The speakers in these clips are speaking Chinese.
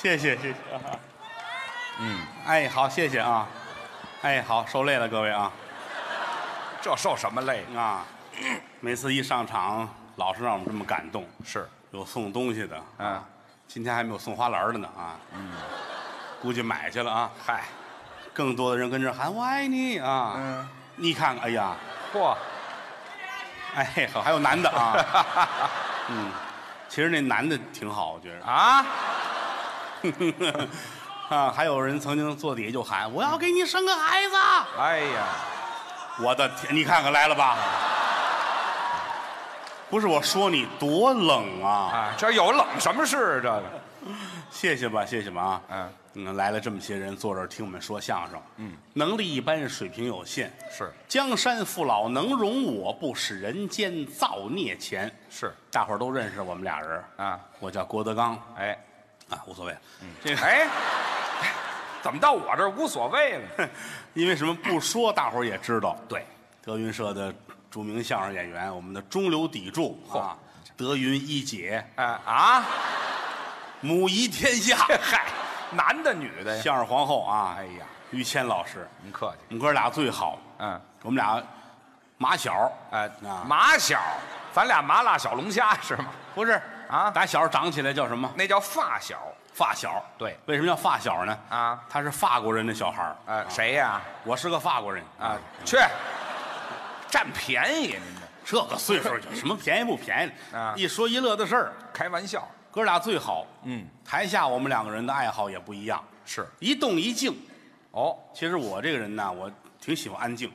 谢谢谢谢。 嗯，哎，好，谢谢啊。哎，好，受累了各位啊这受什么累？啊！每次一上场，老是让我们这么感动。是，有送东西的，啊嗯，今天还没有送花篮的呢啊。嗯，估计买去了啊。嗨，更多的人跟这儿喊“我爱你”啊。嗯，你看看，哎呀，嚯，哎，好，还有男的 啊。嗯，其实那男的挺好，我觉得。啊， 啊，还有人曾经坐底下就喊：“我要给你生个孩子！”哎呀，我的天，你看看来了吧？ 不是我说你多冷啊！啊，这有冷什么事啊？这个，谢谢吧，谢谢吧啊！嗯，嗯，来了这么些人坐这儿听我们说相声，嗯，能力一般，水平有限，是江山父老能容我，不使人间造孽钱。是，大伙儿都认识我们俩人啊，我叫郭德纲哎，啊，无所谓，这个哎，怎么到我这儿无所谓了？ 因为什么不说，大伙儿也知道，对，德云社的著名相声演员，我们的中流砥柱嚯啊，德云一姐，哎啊，，母仪天下 嗨，男的女的呀？相声皇后啊，哎呀，于谦老师，您客气，我们哥俩最好，嗯，我们俩马小哎啊，麻小，咱俩麻辣小龙虾是吗？不是啊打小长起来叫什么？那叫发小，发小。对为什么叫发小呢？啊他是法国人的小孩儿。哎，谁呀？我是个法国人啊，去，占便宜您这，这个岁数有什么便宜不便宜？啊一说一乐的事 儿，开玩笑，哥俩最好。嗯，台下我们两个人的爱好也不一样，是，一动一静。哦，其实我这个人呢，我挺喜欢安静。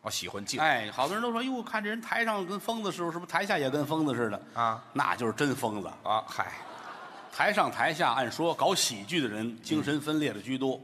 我喜欢静，哎，好多人都说，哟，看这人台上跟疯子似的，是不是台下也跟疯子似的？啊，那就是真疯子。啊，嗨，台上台下，按说搞喜剧的人精神分裂的居多。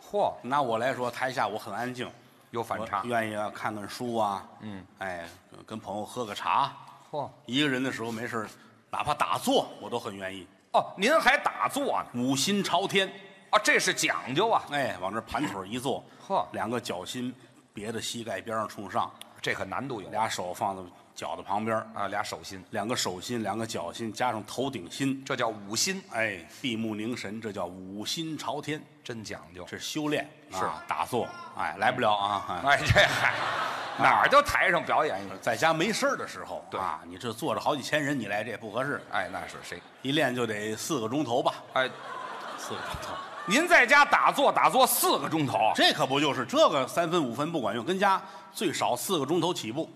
嚯，拿我来说，台下我很安静，有反差我，愿意啊看看书啊，嗯，哎，跟朋友喝个茶。嚯，一个人的时候没事儿哪怕打坐我都很愿意。哦，您还打坐呢？五心朝天，啊，这是讲究啊，哎，往这盘腿一坐，呵两个脚心别的膝盖边上冲上，这可难度有俩手放在脚的旁边儿，啊，俩手心，两个手心，两个脚心，加上头顶心，这叫五心，哎，闭目凝神，这叫五心朝天，真讲究。这是修炼，啊、打坐，哎，来不了啊，哎哎，这嗨，哪儿就台上表演一个？在家没事儿的时候，对啊，你这坐着好几千人，你来这也不合适，哎，那是谁？一练就得四个钟头吧，哎，四个钟头，您在家打坐打坐四个钟头，这可不就是这个三分五分不管用，跟家最少四个钟头起步，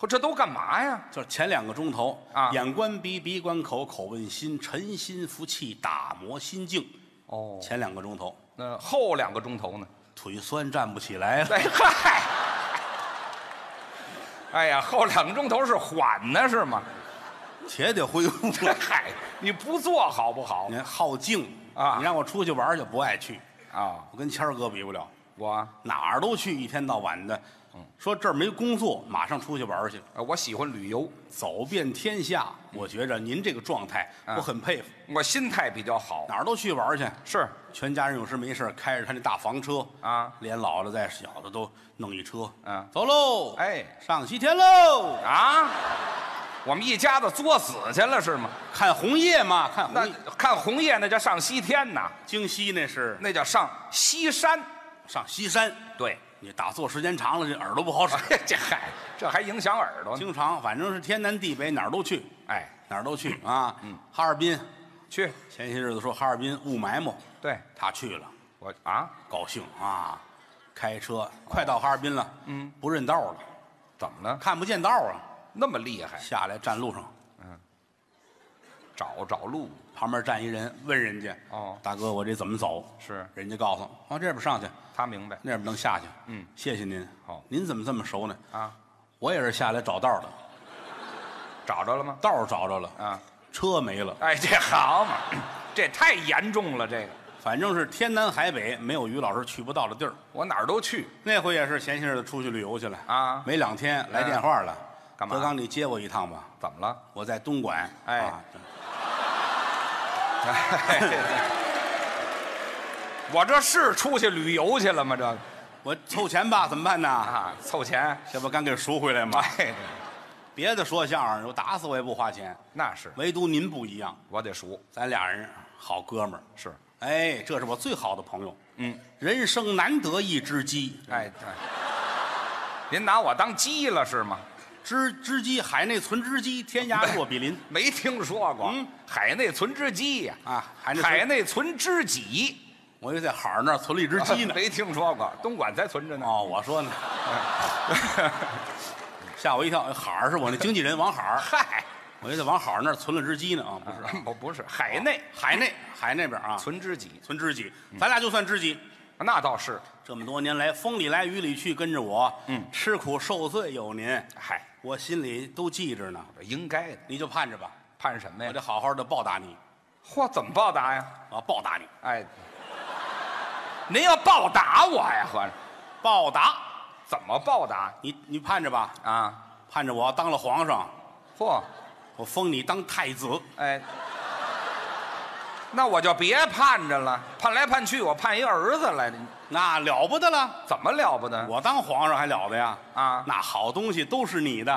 这这都干嘛呀？就是前两个钟头啊眼观鼻，鼻观口，口问心，沉心服气，打磨心境，哦前两个钟头那呃后两个钟头呢？腿酸站不起来了，哎嗨， 哎呀，后两个钟头是缓呢是吗？且得恢复。嗨，你不做好不好你？看好静啊你让我出去玩儿就不爱去，啊，我跟谦儿哥比不了。我啊哪儿都去，一天到晚的。嗯说这儿没工作，马上出去玩儿去，呃我喜欢旅游，走遍天下。嗯我觉着您这个状态，啊我很佩服。我心态比较好。哪儿都去玩儿去，是全家人有事没事儿开着他那大房车啊连老的带小的都弄一车。嗯走喽，哎上西天喽，啊，我们一家子作死去了是吗？看红叶嘛，看红那叶。看红叶那叫上西天呐，京西那是那叫上西山。上西山，对， 你打坐时间长了，这耳朵不好使。这嗨，这还影响耳朵呢。经常反正是天南地北哪儿都去，哎，哪儿都去啊。嗯哈尔滨去，前些日子说哈尔滨雾霾嘛，对他去了，我啊，高兴啊，开车快到哈尔滨了，嗯，不认道了，怎么了？看不见道啊，那么厉害，下来站路上，找找路旁边站一人，问人家，哦大哥，我这怎么走？是人家告诉我，往这边上去，他明白那边能下去。嗯，谢谢您。好您怎么这么熟呢？啊？我也是下来找道的，找着了吗？道儿找着了，啊，车没了，哎，这好嘛，这太严重了，这个反正是天南海北没有于老师去不到的地儿。我哪儿都去那回也是前些日子出去旅游去了啊嗯没两天来电话了，干嘛德刚，你接我一趟吧。怎么了？我在东莞，哎啊我这是出去旅游去了吗？这个我凑钱吧，怎么办呢？啊，凑钱，这不刚给赎回来吗？哎，别的说相声，我打死我也不花钱，那是唯独您不一样，我得数咱俩人好哥们儿，是哎，这是我最好的朋友，嗯，人生难得一知己，哎，对，您拿我当鸡了是吗？知知己海内存知己，天涯若比邻没听说过，嗯海内存知己呀、啊！海内存海，内存知己，我以为在海儿那儿存了一只鸡呢。 没听说过，东莞才存着呢。 哦，我说呢，吓我一跳，海儿是我那经纪人王海儿，嗨，我以为在王海儿那儿存了只鸡呢啊，不是，哦不 不是海内海内海那边啊，存嗯知己，存知己，咱俩就算知己。那倒是，这么多年来，风里来雨里去，跟着我，嗯吃苦受罪有您，嗨，我心里都记着呢。应该的。你就盼着吧，盼什么呀我得？好好的报答你，嚯，怎么报答呀？我要报答你，哎，您要报答我呀，合着报答怎么报答你，你盼着吧，啊？盼着我当了皇上，嚯，我封你当太子。哎，那我就别盼着了，盼来盼去，我盼一儿子来，那了不得了！怎么了不得？我当皇上还了得呀？啊那好东西都是你的，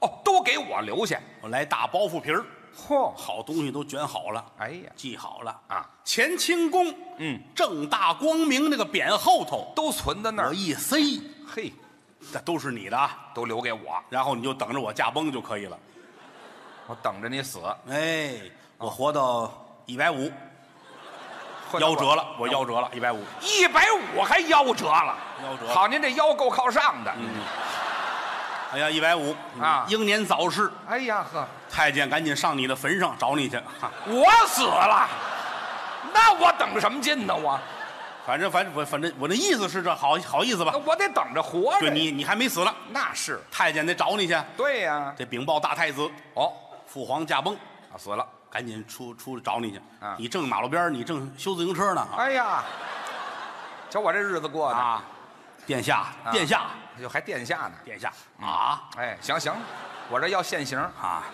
哦，都给我留下。我来大包袱皮儿，嚯，好东西都卷好了，哎呀，系好了啊。乾清宫，嗯，正大光明那个匾后头，都存在那我儿，一塞，嘿，这都是你的啊。都留给我，然后你就等着我驾崩就可以了。我等着你死。哎，我活到一百五，会夭折了，我夭折了，一百五。一百五还夭折了，夭折了嗯好，您这腰够靠上的。哎呀，一百五嗯啊英年早逝，哎呀呵，太监赶紧上你的坟上找你去。哈我死了，那我等什么劲呢？我反正反正我反正我的意思是这好好意思吧那？我得等着活着。对你你还没死呢，那是太监得找你去。对呀、这禀报大太子，哦，父皇驾崩，啊死了。赶紧出出去找你去啊。你正马路边儿，你正修自行车呢。啊哎呀，瞧我这日子过的，啊，殿下，啊殿下，就还殿下呢。殿下啊哎，行行，我这要现形。啊！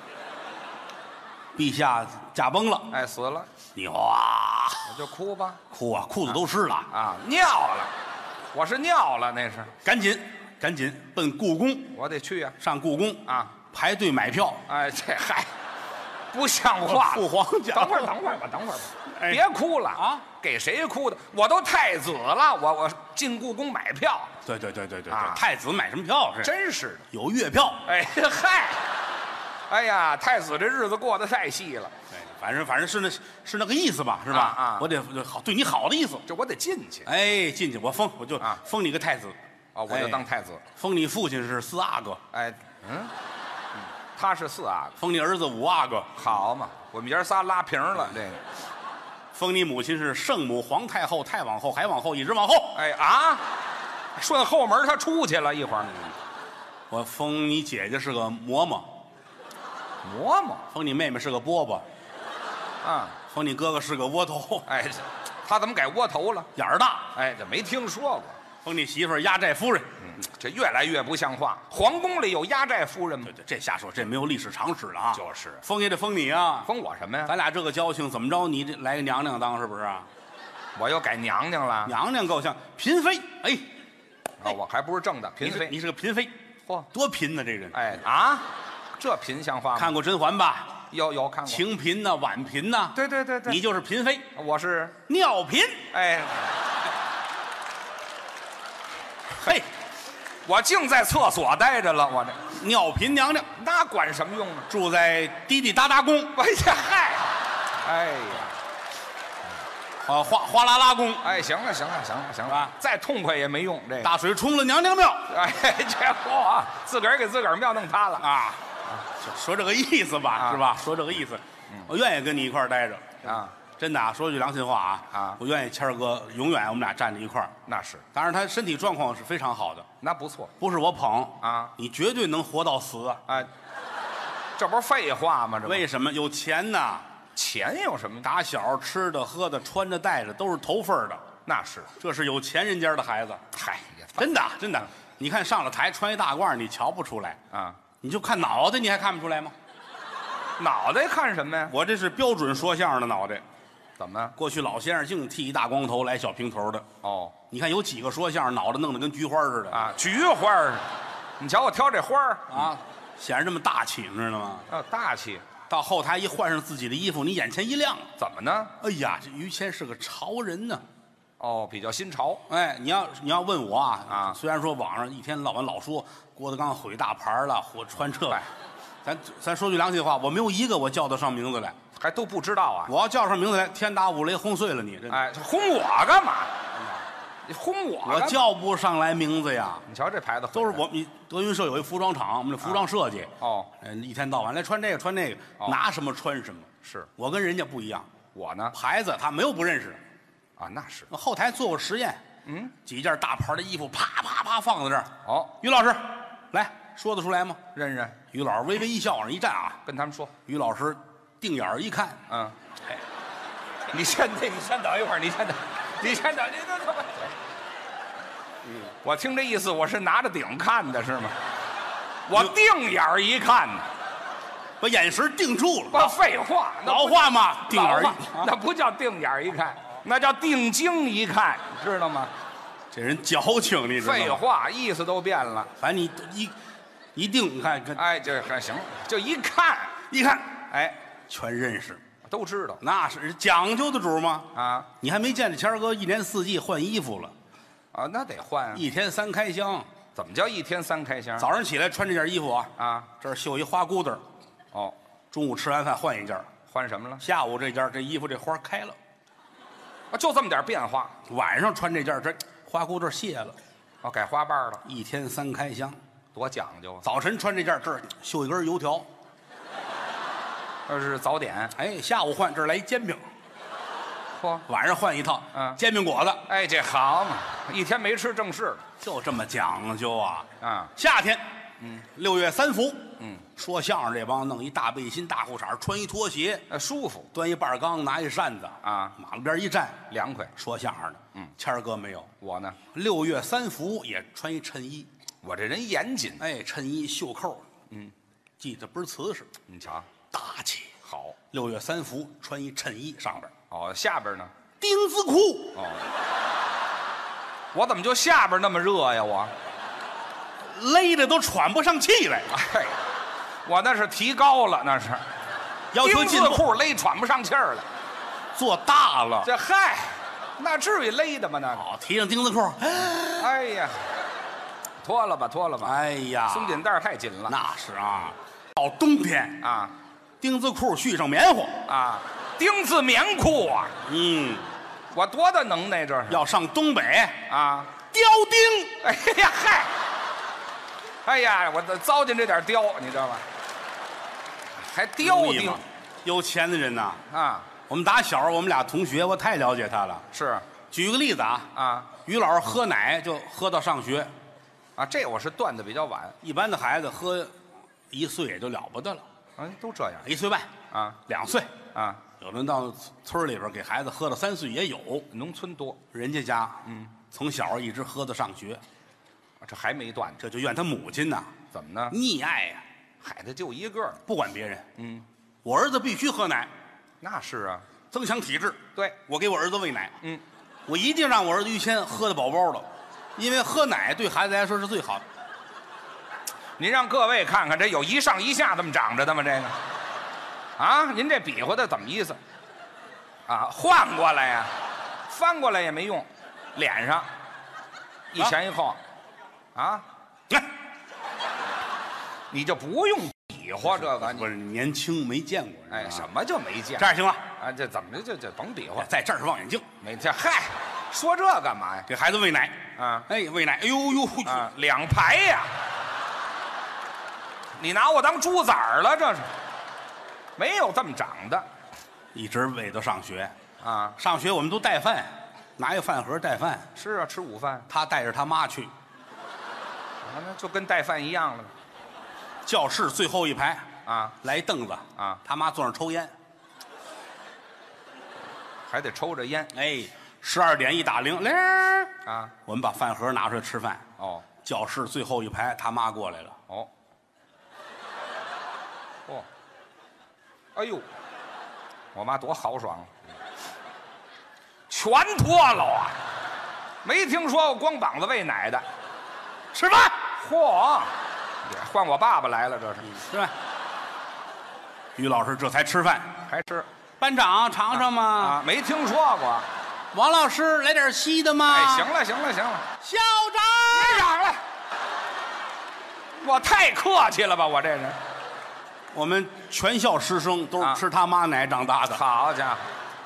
陛下驾崩了，哎，死了，你哇我就哭吧。哭啊，裤子都湿了，啊，尿了，我是尿了，那是赶紧赶紧奔故宫，我得去呀、上故宫啊排队买票。哎，这嗨，不像话哦父了。皇驾等会儿，崩等会儿吧，等会儿吧，哎别哭了啊！给谁哭的？我都太子了，我我进故宫买票，对对对对对对啊，太子买什么票是？真是的。有月票。哎嗨，哎呀，太子这日子过得太细了，哎，反正反正是那是那个意思吧，是吧？啊啊我得好对你好的意思。这我得进去哎，进去我封我就啊封你个太子，啊，我就哎当太子。封你父亲是四阿哥，哎，嗯，他是四阿哥，封你儿子五阿哥，好嘛，我们爷儿仨拉平了这个。封你母亲是圣母、皇太后、太往后，还往后，一直往后。哎啊，顺后门他出去了一会儿，嗯我封你姐姐是个嬷嬷，嬷嬷封你妹妹是个饽饽，啊，封你哥哥是个窝头， 哎，这他怎么改窝头了？眼儿大。哎，这没听说过。嗯封你媳妇儿压寨夫人，这越来越不像话。皇宫里有压寨夫人吗对？对，这瞎说，这没有历史常识了啊。就是封也得封你啊。封我什么呀？咱俩这个交情，怎么着？你这来个娘娘当是不是啊？我又改娘娘了。娘娘够呛，嫔妃。啊哎，啊，我还不是正的你嫔是妃。你是个嫔妃，哦嚯，多贫呐、这人。哎啊，这嫔像话吗？看过《甄嬛》吧？有有看过。清嫔呐、婉嫔呐、对对对对，你就是嫔妃，我是尿嫔。哎，嘿，我净在厕所待着了，我这尿嫔娘娘那管什么用啊？住在滴滴答答宫， 哎呀嗨，哎呀，啊，哗哗啦啦宫，哎，行了行了行了行了啊，再痛快也没用这个。大水冲了娘娘庙 哎，这嚯，自个儿给自个儿庙弄塌了。啊，就说这个意思吧，啊是吧？说这个意思，我愿意跟你一块儿待着，啊，真的啊，说句良心话啊，啊我愿意谦儿哥永远我们俩站在一块儿。那是，当然，他身体状况是非常好的，那不错不是我捧啊你绝对能活到死啊。啊。这不是废话吗？这不为什么有钱呐？钱有什么大？打小吃的、喝的、穿的、戴的都是头份儿的，那是，这是有钱人家的孩子，嗨，也真的真的。你看上了台穿一大褂儿，你瞧不出来，啊，你就看脑袋，你还看不出来吗？脑袋看什么呀？我这是标准说相声的脑袋。怎么？过去老先生净剃一大光头，来小平头的。哦你看有几个说相声脑袋弄得跟菊花似的啊，菊花儿，你瞧我挑这花儿啊，显得这么大气，你知道吗？啊，大气。到后台一换上自己的衣服，你眼前一亮，怎么呢？哎呀，这于谦是个潮人呢、哦，比较新潮，哎，你要你要问我啊啊虽然说网上一天到晚老说郭德纲毁大牌了，或穿这哎个，咱咱说句良心话，我没有一个我叫得上名字来。还都不知道啊。我要叫上名字来，天打五雷轰碎了你！真的，哎，轰我干嘛？哎你轰我干我嘛？叫不上来名字呀。你瞧这牌子都是毁的我们德云社有一服装厂，我们的服装设计，哦，嗯、一天到晚来穿这个穿那个，啊哦拿什么穿什么。是我跟人家不一样，我呢牌子他没有不认识。啊，那是后台做过实验，嗯，几件大牌的衣服啪啪啪放在这儿，哦，于老师，来说得出来吗？认认，于老师微微一笑，往上一站啊，跟他们说，于老师定眼儿一看，嗯，哎，你先等，你先等一会儿，你先等，你先等，你等等。嗯我听这意思，我是拿着顶看的是吗？我定眼儿一看，把眼神定住了，我废话，那老不话嘛，定眼儿一啊老话那不叫定眼儿一看，那叫定睛一看，知道吗？这人矫情，你知道废吗？话，意思都变了。反正你一一定，你看，看哎，这还行，就一看，一看哎，全认识，都知道那是讲究的主儿吗？啊你还没见着谦儿哥一年四季换衣服了，啊，那得换啊。一天三开箱，怎么叫一天三开箱？早上起来穿这件衣服啊，啊，这儿绣一花骨朵儿，哦，中午吃完饭换一件儿，换什么了？下午这件儿这衣服这花儿开了，啊，就这么点变化，晚上穿这件儿这花骨朵儿卸了，哦，改花瓣了，一天三开箱。多讲究啊！早晨穿这件儿这儿绣一根油条，这是早点，哎，下午换这儿来一煎饼，嚯，晚上换一套，嗯煎饼果子，哎，这好嘛，一天没吃正事了就这么讲究啊。啊！夏天，嗯，六月三伏，嗯，说相声这帮弄一大背心、大裤衩，穿一拖鞋，呃，舒服，端一半缸，拿一扇子啊马路边一站，凉快。说相声的。嗯，谦儿哥没有，我呢，六月三伏也穿一衬衣，我这人严谨，啊哎，衬衣袖扣，嗯，系得倍儿瓷实，你瞧，大气。好六月三伏穿一衬衣，上边儿哦，下边呢？钉子裤，我怎么就下边那么热呀？我，勒的都喘不上气来，哎，我那是提高了，那是要求丁进字步裤勒喘不上气儿了。做大了。这嗨，那至于勒的吗？那个，好，提上钉子裤，哎呀，脱了吧，脱了吧，哎呀，松紧带儿太紧了那是啊，到冬天啊钉子裤续上棉花，啊！丁字棉裤啊，嗯，我多大能耐这是要上东北啊！雕钉，哎呀嗨，哎呀，我糟践这点雕，你知道吗？还雕容易钉吗有钱的人呐，啊？我们打小我们俩同学，我太了解他了。是举个例子啊，啊于老师喝奶就喝到上学，啊，这我是断的比较晚，一般的孩子喝一岁也就了不得了，哎，都这样一岁半、啊两岁，啊，有的到村里边给孩子喝到三岁也有，农村多，人家家嗯从小一直喝到上学，这还没断，这就怨他母亲呐怎么呢？溺爱呀、海的就一个儿，不管别人，嗯，我儿子必须喝奶，那是啊，增强体质。对，我给我儿子喂奶，嗯，我一定让我儿子于谦喝的饱饱的，因为喝奶对孩子来说是最好的。您让各位看看，这有一上一下这么长着的吗？这个，啊，您这比划的怎么意思？啊，换过来呀、翻过来也没用，脸上一前一后，啊，来，你就不用比划这个，你不是年轻没见过，哎，是吧什么就没见啊这样行了，啊？这怎么着就就甭比划我，在这儿是望远镜，没这嗨，说这干嘛呀？给孩子喂奶，啊哎，喂奶，哎呦呦，啊，两排呀、你拿我当猪崽儿了？这是没有这么长的一直喂到上学，啊。上学我们都带饭，拿一饭盒带饭，是啊，吃午饭，他带着他妈去啊那就跟带饭一样了教室最后一排，啊，来一凳子啊，他妈坐那儿抽烟，还得抽着烟哎，十二点一打铃，铃儿，啊。我们把饭盒拿出来吃饭。哦教室最后一排，他妈过来了，哦，哦，哎呦，我妈多豪爽啊，全脱了啊，没听说过光膀子喂奶的。吃饭，嚯，也换我爸爸来了，这是是吧？于老师这才吃饭。还吃班长尝尝嘛，啊？没听说过。王老师来点稀的嘛。哎，行，哎了，行了，行了。校长，别嚷了，我太客气了吧，我这人。我们全校师生都啊是吃他妈奶长大的，好家伙，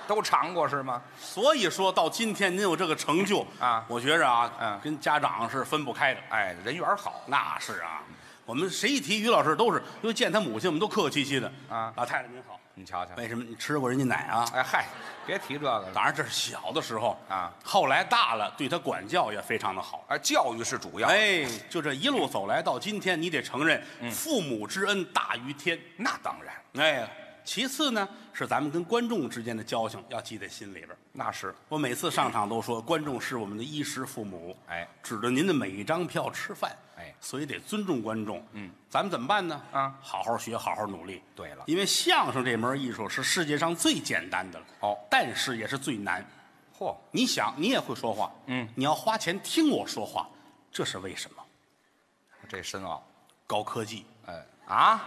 都尝过是吗？所以说到今天您有这个成就啊我觉着啊，嗯跟家长是分不开的。哎，人缘好，那是啊，我们谁一提于老师都是，因为见他母亲，我们都客客气气的啊老太太您好，你瞧瞧。为什么你吃过人家奶啊？哎嗨，别提这个了。当然这是小的时候啊，后来大了对他管教也非常的好。啊，教育是主要，哎，就这一路走来到今天，你得承认嗯父母之恩大于天。那当然，哎，其次呢是咱们跟观众之间的交情要记在心里边儿。那是。我每次上场都说，观众是我们的衣食父母，哎，指着您的每一张票吃饭，哎所以得尊重观众。嗯，咱们怎么办呢？啊好好学，好好努力。对了因为相声这门艺术是世界上最简单的了，哦但是也是最难。嚯，你想，你也会说话，嗯，你要花钱听我说话，这是为什么？这深奥。高科技哎啊，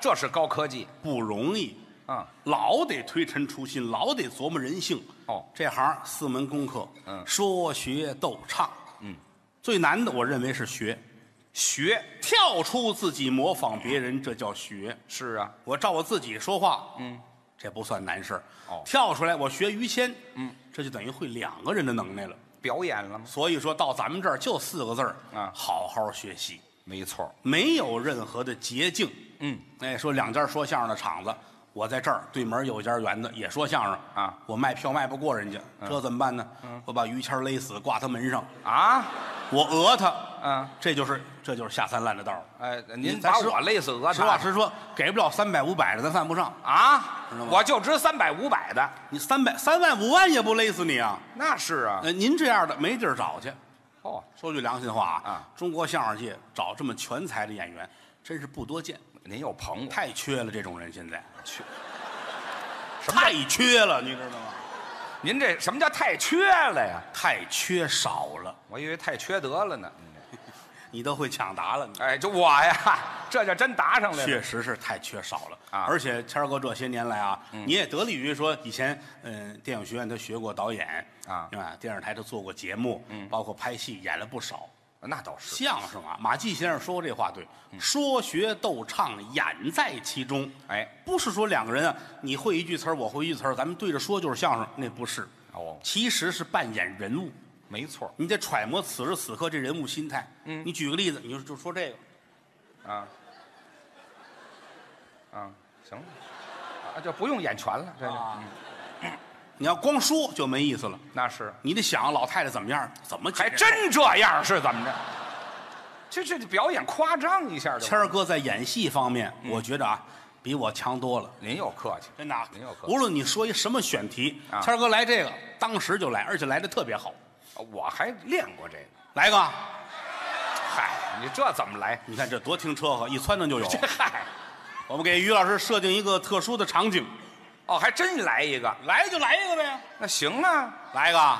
这是高科技。不容易，嗯，老得推陈出新，老得琢磨人性。哦这行四门功课，嗯说学逗唱，嗯，最难的我认为是学，学跳出自己模仿别人，这叫学。是啊，我照我自己说话，嗯，这不算难事儿。哦跳出来我学于谦，嗯，这就等于会两个人的能耐了。表演了吗？所以说到咱们这儿就四个字儿，啊好好学习，没错。没有任何的捷径。嗯，哎，说两家说相声的场子，我在这儿对门有一家园子也说相声啊，嗯我卖票卖不过人家，这怎么办呢？我把于谦勒死，挂他门上，啊，我讹他，嗯，这就是这就是下三滥的道儿。哎，你您咱把实我累死啊讹实话他实说，给不了三百五百的，咱犯不上。啊知道吗？我就值三百五百的，你三百三万五万也不勒死你啊！那是啊。呃，您这样的没地儿找去。哦，说句良心话啊，中国相声界找这么全才的演员真是不多见，您又捧我，太缺了这种人，现在 缺。太缺了，你知道吗？您这什么叫太缺了呀？太缺少了，我以为太缺德了呢。您你都会抢答了，你这哎，就我呀，这就真答上来了。确实是太缺少了啊嗯而且谦儿哥这些年来啊，你也得力于说以前，嗯、电影学院他学过导演啊嗯对吧？电视台他做过节目，包括拍戏演了不少。那倒是，相声啊，马季先生说过这话对，嗯说学逗唱，演在其中。哎，不是说两个人啊，你会一句词儿，我会一句词儿，咱们对着说就是相声，那不是。哦其实是扮演人物，没错你得揣摩此时此刻这人物心态。嗯，你举个例子，你就就说这个，啊，啊，行了，啊，就不用演全了，这就、啊嗯你要光说就没意思了，那是，你得想老太太怎么样，怎么解还释真这样是怎么着？这这表演夸张一下就完谦儿哥在演戏方面，嗯我觉着啊，比我强多了。您又客气，真的啊您又，客气，无论你说一什么选题，啊谦儿哥来这个，当时就来，而且来的特别好。呃我还练过这个。来个，啊嗨，你这怎么来？ 你看这多听车啊和，一窜腾就有这。嗨，我们给于老师设定一个特殊的场景，哦，还真来一个，来就来一个呗，那行啊，来一个。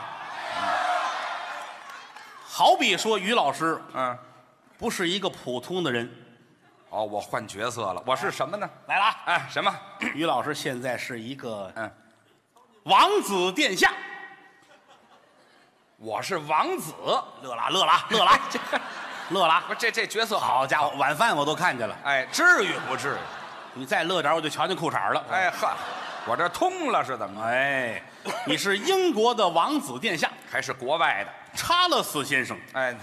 好比说于老师嗯，不是一个普通的人，哦，我换角色了，我是什么呢？来了 啊！哎，什么？于老师现在是一个嗯，王子殿下，我是王子，乐了啊乐了啊乐了 啊乐了啊不，！这这角色好，好家伙，晚饭我都看见了，哎，至于不至于？你再乐点我就瞧见裤衩了。哎呵，我这通了是怎么？哎，你是英国的王子殿下还是国外的？查勒斯先生，哎，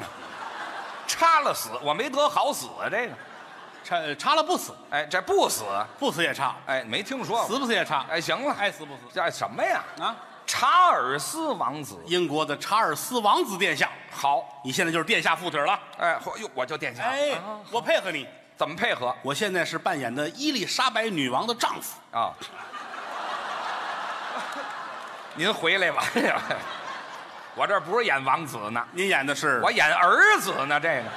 插了死，我没得好死啊这个。查查了不死，哎，这不死，不死也差，哎，没听说过。死不死也差，哎，行了，爱死不死这什么呀？啊！查尔斯王子，英国的查尔斯王子殿下，好，你现在就是殿下附体了。哎，嚯哟，我就殿下了。哎啊，我配合你，怎么配合啊、我现在是扮演的伊丽莎白女王的丈夫。啊您回来吧， 我这不是演王子呢，您演的是我演儿子呢。这个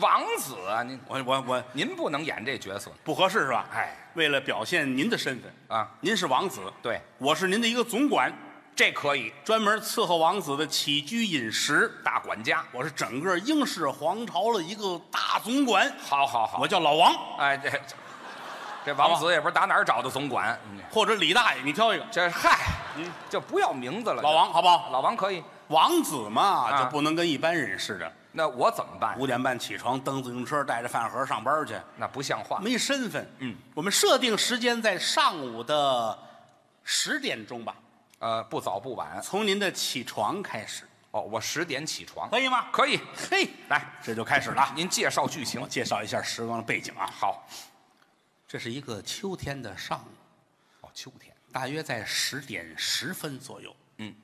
王子啊，您我我我您不能演这角色不合适是吧？哎，为了表现您的身份，啊。您是王子，对，我是您的一个总管，这可以，专门伺候王子的起居饮食。大管家，我是整个英式皇朝的一个大总管，好好好。 我叫老王。哎，这这王子也不知道打哪儿找的总管，嗯或者李大爷，你挑一个，这嗨嗯，就不要名字了。老王好不好？老王可以。王子嘛，啊就不能跟一般人似的，那我怎么办？五点半起床，蹬自行车，带着饭盒上班去，那不像话。没身份。嗯，我们设定时间在上午的十点钟吧，呃，不早不晚。从您的起床开始，哦，我十点起床，可以吗？可以。嘿，来，这就开始了。您介绍剧情我。介绍一下时光的背景啊，好，这是一个秋天的上午。哦，秋天，大约在十点十分左右。嗯，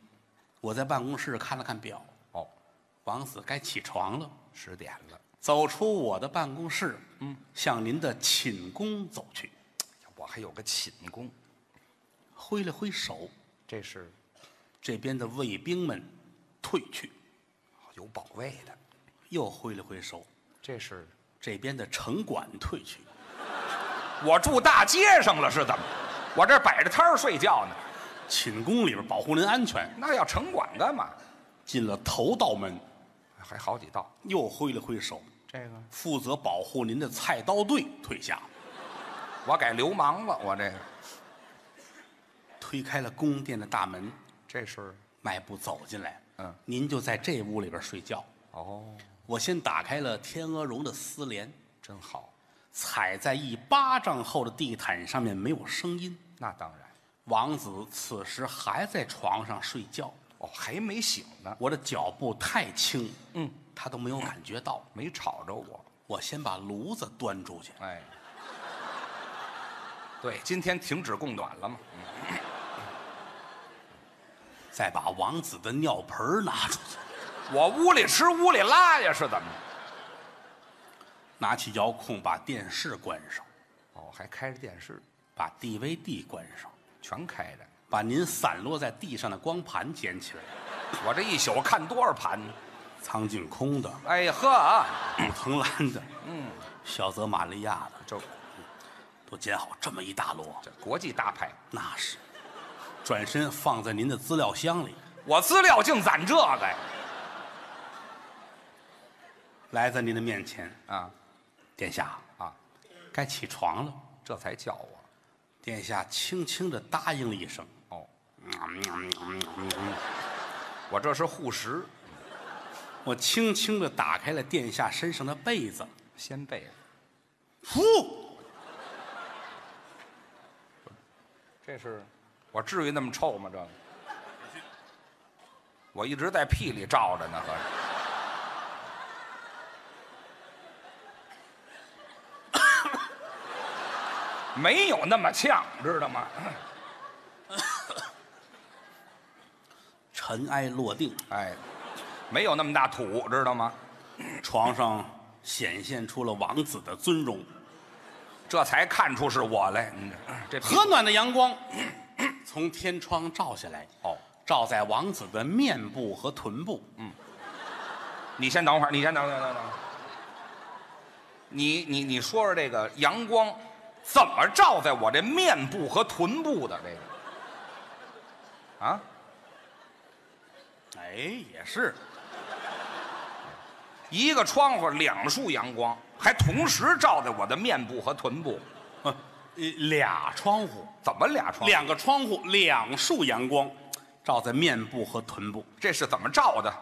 我在办公室看了看表，哦，王子该起床了。十点了，走出我的办公室，嗯，向您的寝宫走去，我还有个寝宫，挥了挥手，这是这边的卫兵们退去，有保卫的，又挥了挥手，这是这边的城管退去。我住大街上了是怎么？我这摆着摊儿睡觉呢，寝宫里边保护您安全。那要城管干嘛？进了头道门，还好几道，又挥了挥手，这个负责保护您的菜刀队退下，我改流氓了，我这个推开了宫殿的大门，这是迈步走进来，嗯，您就在这屋里边睡觉。哦，我先打开了天鹅绒的丝帘，真好，踩在一巴掌厚的地毯上面，没有声音。那当然，王子此时还在床上睡觉，哦还没醒呢，我的脚步太轻，嗯，他都没有感觉到。没吵着我，我先把炉子端出去，哎，对，今天停止供暖了嘛，再把王子的尿盆儿拿出去，我屋里吃屋里拉呀是怎么？拿起遥控把电视关上，哦，还开着电视，把 DVD 关上，全开着。把您散落在地上的光盘捡起来，我这一宿看多少盘呢？苍井空的、哎呀呵啊，古藤兰的，嗯，小泽玛利亚的，这都捡好这么一大摞，这国际大牌，那是。转身放在您的资料箱里，我资料净攒这个呀来在您的面前，啊殿下，啊，该起床了。这才叫我殿下轻轻地答应了一声，哦。我这是护食，我轻轻地打开了殿下身上的被子，先辈，呼，这是我至于那么臭吗？这个，我一直在屁里照着呢，合着没有那么呛，知道吗？尘埃落定，哎，没有那么大土，知道吗？床上显现出了王子的尊容，这才看出是我来。嗯，这屁和暖的阳光从天窗照下来，哦，照在王子的面部和臀部。你先等会儿，你先等等等等。你你你说说这个阳光怎么照在我这面部和臀部的这个？啊，哎，也是，一个窗户两束阳光，还同时照在我的面部和臀部，呃，俩窗户，怎么俩窗户？两个窗户，两束阳光照在面部和臀部。这是怎么照的？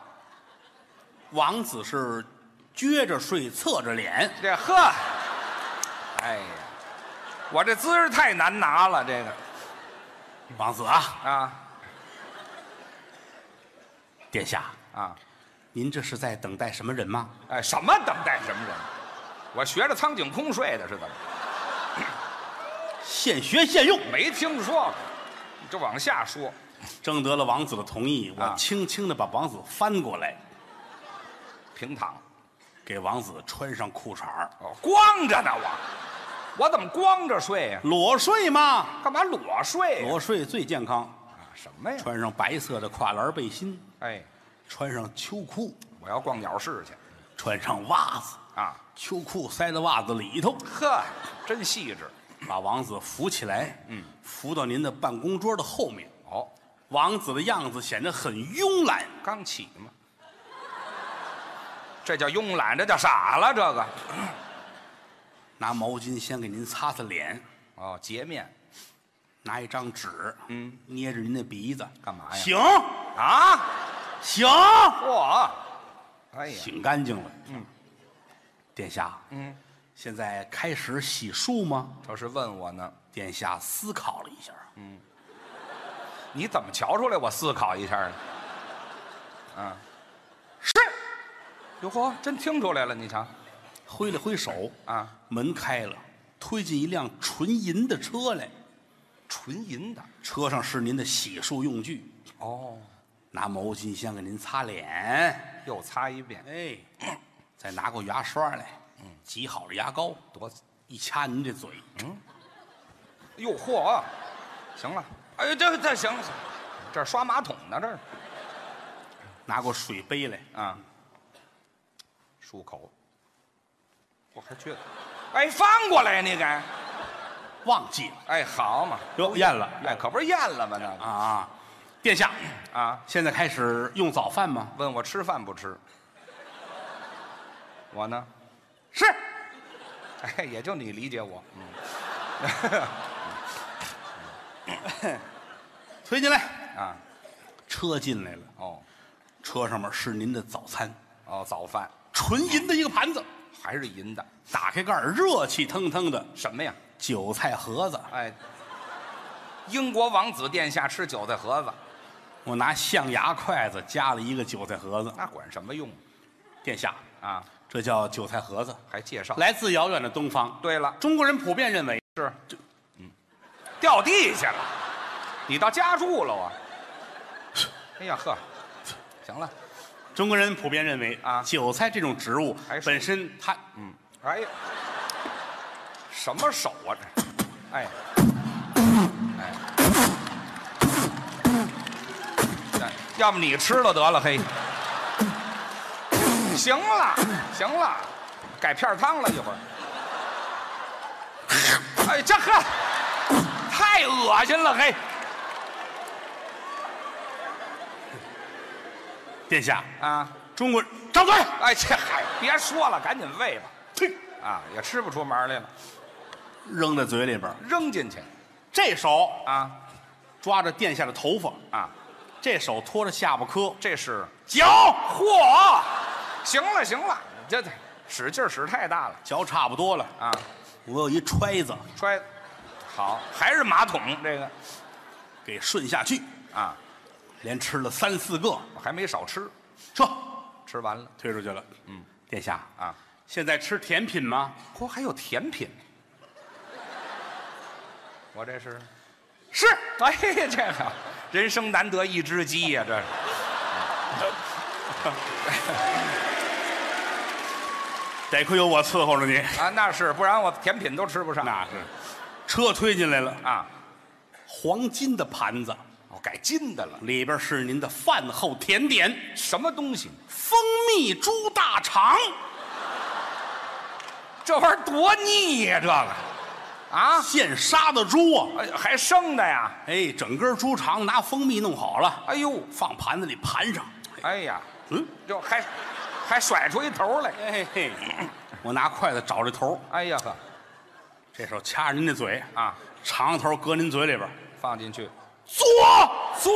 王子是撅着睡，侧着脸，这呵，哎呀，我这姿势太难拿了，这个王子啊，啊殿下，啊。您这是在等待什么人吗？哎，什么等待什么人？我学着苍井空睡的是怎么？现学现用。没听说过，你这往下说。征得了王子的同意，我啊轻轻地把王子翻过来，平躺，给王子穿上裤衩儿哦，光着呢我，我怎么光着睡呀、裸睡嘛，干嘛裸睡哎呀、裸睡最健康。啊？什么呀？穿上白色的跨栏背心，哎，穿上秋裤，我要逛鸟市去穿上袜子，啊！秋裤塞到袜子里头，呵，真细致。把王子扶起来，嗯，扶到您的办公桌的后面。哦，王子的样子显得很慵懒，刚起嘛，这叫慵懒，这叫傻了。这个拿毛巾先给您擦擦脸，哦，截面拿一张纸，嗯，捏着您的鼻子，干嘛呀？醒啊，醒，嚯，哎呀，醒干净了。嗯，殿下，嗯，现在开始洗漱吗？这是问我呢，殿下思考了一下，嗯你怎么瞧出来？我思考一下呢。嗯，是，哟嚯，真听出来了，你瞧挥了挥手，啊，门开了，推进一辆纯银的车来，纯银的车上是您的洗漱用具，哦，拿毛巾先给您擦脸，又擦一遍，哎，再拿过牙刷来，挤好了牙膏，多一掐您这嘴，哟嚯，行了，哎呦，这这行行，这刷马桶呢，这是拿过水杯来，啊，漱口，我还去了，哎，翻过来呀，你给，忘记了，哎，好嘛，哟，咽了哎，可不是咽了吗？那啊啊！殿下，个啊，现在开始用早饭吗？问我吃饭不吃，我呢，是， 哎，也就你理解我，嗯推进来。啊，车进来了，哦车上面是您的早餐，哦，早饭纯银的一个盘子，还是银的，打开盖儿，热气腾腾的什么呀？韭菜盒子，哎，英国王子殿下吃韭菜盒子，我拿象牙筷子夹了一个韭菜盒子。那管什么用殿下，啊？这叫韭菜盒子，还介绍。来自遥远的东方。对了，中国人普遍认为，是，嗯，掉地下了，你到家住了啊？哎呀呵，行了，中国人普遍认为啊韭菜这种植物还是本身它嗯，哎呀，什么手啊这？哎，哎，哎要么你吃了得了，嘿，行了，行了，改片儿汤了一会儿。哎，这呵，太恶心了，嘿殿下，啊！中国张嘴，哎，这嗨，别说了，赶紧喂吧。呸啊，也吃不出门来了，扔在嘴里边儿，扔进去这手啊抓着殿下的头发，啊！这手托着下巴颏，这是嚼，嚯，行了行了，你这使劲儿使太大了嚼差不多了。啊！我有一揣子，摔，好，还是马桶这个给顺下去，啊，连吃了三四个。我还没少吃，撤，吃完了推出去了。嗯，殿下，啊，现在吃甜品吗？嚯，还有甜品，我这是，是。哎呀，这个人生难得一只鸡呀、这是。得亏有我伺候着 你。啊，那是，不然我甜品都吃不上那是，车推进来了，啊。黄金的盘子，我改金的了，里边是您的饭后甜点什么东西？ ——蜂蜜猪大肠。这玩意儿多腻呀、这个啊，现杀的猪啊，哎，还生的呀？哎，整根猪肠拿蜂蜜弄好了，哎呦，放盘子里盘上。哎呀，嗯，就还还甩出一头来。哎嘿，我拿筷子找这头，哎呀呵，这手掐着您的嘴啊，长头搁您嘴里边，放进去，嘬嘬，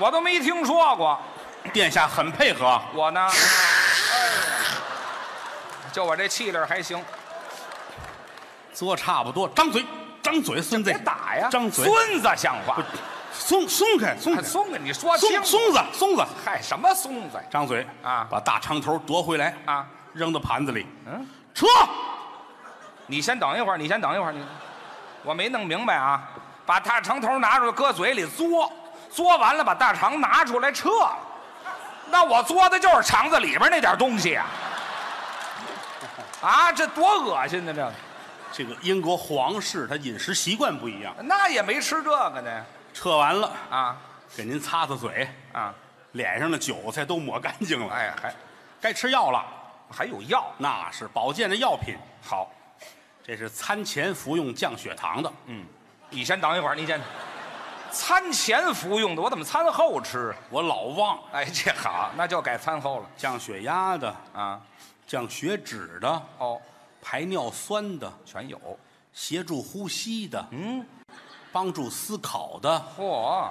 我都没听说过。殿下很配合，我呢，哎就我这气力还行，嘬差不多，张嘴，张嘴，孙子，别打呀，张嘴，孙子像话，松松开，松开，松开，你说清松松楚。子，松子，嗨，什么松子呀？张嘴啊把大长头夺回来啊，扔到盘子里，嗯，扯，你先等一会儿，你先等一会儿，你我没弄明白啊。把大肠头拿出来，搁嘴里嘬，嘬完了把大肠拿出来撤了。那我嘬的就是肠子里边那点东西啊！啊，这多恶心呢！这个这个英国皇室他饮食习惯不一样，那也没吃这个呢撤完了，啊给您擦擦嘴，啊！脸上的韭菜都抹干净了，哎，还该吃药了，还有药那是保健的药品，好，这是餐前服用降血糖的，你先等一会儿，你先。餐前服用的，我怎么餐后吃啊？我老忘哎，这好，那就改餐后了降血压的，啊。降血脂的，哦，排尿酸的，全有，协助呼吸的，嗯，帮助思考的，嚯、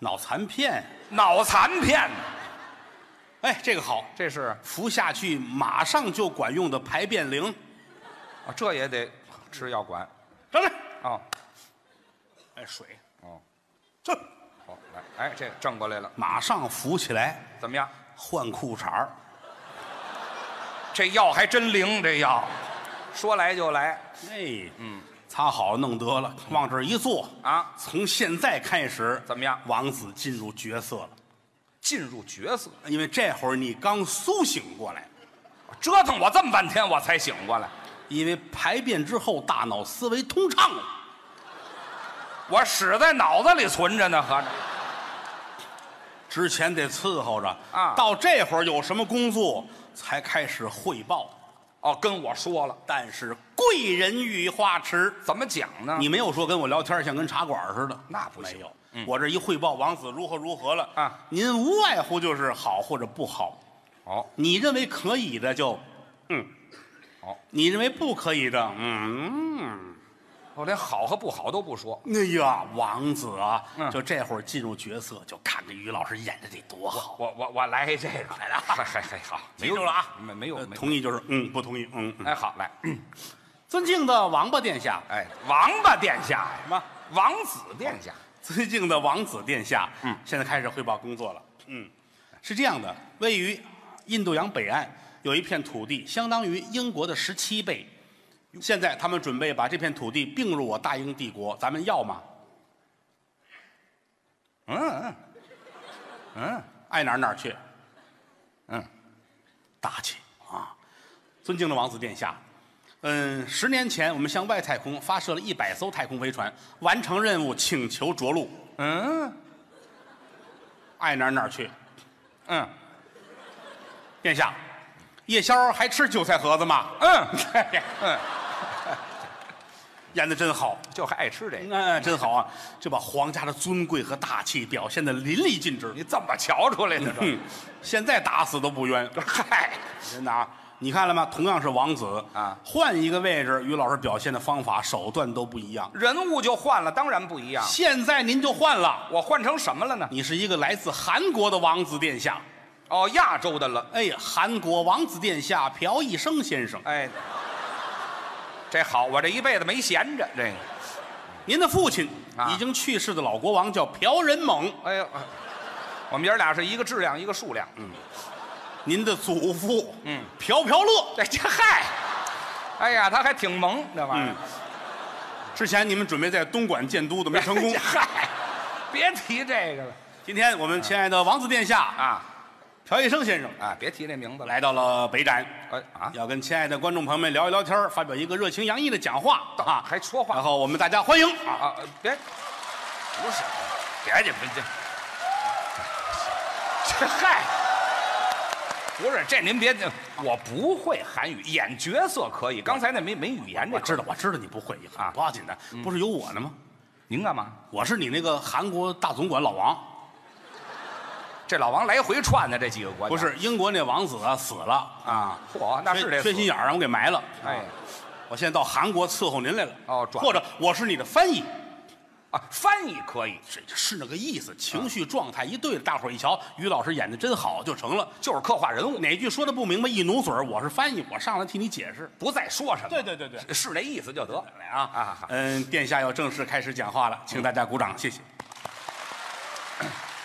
脑残片。脑残片，哎，这个好，这是服下去马上就管用的排便灵。啊，这也得吃药管站来，哦哎，水，哦这哦，来，哎，这正过来了，马上扶起来，怎么样？换裤衩儿这药还真灵，这药，说来就来哎，嗯，擦好弄得了，往这儿一坐，嗯啊，从现在开始，怎么样？王子进入角色了，进入角色，因为这会儿你刚苏醒过来，折腾我这么半天，我才醒过来，因为排便之后大脑思维通畅了，我屎在脑子里存着呢，合着之前得伺候着啊到这会儿有什么工作才开始汇报，哦，跟我说了，但是贵人雨花池。怎么讲呢？你没有说跟我聊天像跟茶馆似的，那不行没有。我这一汇报，王子如何如何了啊？您无外乎就是好或者不好，哦你认为可以的就，嗯，好你认为不可以的，嗯，我连好和不好都不说，哎呀，王子啊，嗯就这会儿进入角色，就看看于老师演的得多好。我我我来这个来了，嗨嗨嗨，好，没有记住了啊没没有呃没有同意就是嗯，不同意嗯。嗯哎，好来，尊敬的王八殿下，哎，王八殿下呀，什么？王子殿下，尊敬的王子殿下，嗯，现在开始汇报工作了。嗯，是这样的，位于印度洋北岸有一片土地，相当于英国的十七倍。现在他们准备把这片土地并入我大英帝国，咱们要吗？嗯嗯嗯，爱哪儿哪儿去。嗯，大气啊！尊敬的王子殿下，嗯，十年前我们向外太空发射了一百艘太空飞船，完成任务，请求着陆。嗯爱哪儿哪儿去。嗯殿下，夜宵还吃韭菜盒子吗？ 嗯嗯，演的真好，哦就还爱吃这个。那、真好啊！这把皇家的尊贵和大气表现的淋漓尽致。你这么瞧出来的嗯这？，现在打死都不冤。 嗨，真的啊，你看了吗？同样是王子啊换一个位置，于老师表现的方法、手段都不一样。人物就换了，当然不一样。现在您就换了，我换成什么了呢？你是一个来自韩国的王子殿下。哦，亚洲的了。哎呀，韩国王子殿下朴一生先生，哎，这好，我这一辈子没闲着这个。您的父亲、啊已经去世的老国王叫朴仁猛，哎呦，我们爷儿俩是一个质量，一个数量。嗯，您的祖父嗯朴朴乐。这这嗨，哎呀，他还挺萌，这玩意儿。之前你们准备在东莞建都的没成功 这。嗨，别提这个了今天我们亲爱的王子殿下啊朴医生先生啊！别提那名字了。来到了北展，哎啊，要跟亲爱的观众朋友们聊一聊天儿，发表一个热情洋溢的讲话啊，还说话然后我们大家欢迎啊！啊，呃别，不是，别介，别介，这嗨，不是这您别介，我不会韩语，演角色可以，刚才那没没语言这我块儿知道，我知道你不会，也啊不要紧的，不是有我呢吗？您干嘛？我是你那个韩国大总管老王，这老王来回串的这几个国家，不是英国那王子啊死了啊，嚯，那是缺得缺心眼儿让我给埋了。哎啊，我现在到韩国伺候您来了。哦转或者我是你的翻译，啊，翻译可以，这是那个意思，情绪状态一对，大伙儿一瞧，于老师演的真好就成了。就是刻画人物，哪句说的不明白，一努嘴儿，我是翻译，我上来替你解释。不再说什么，对对对对是是那意思就得了来啊啊好嗯，殿下要正式开始讲话了，请大家鼓掌，谢谢。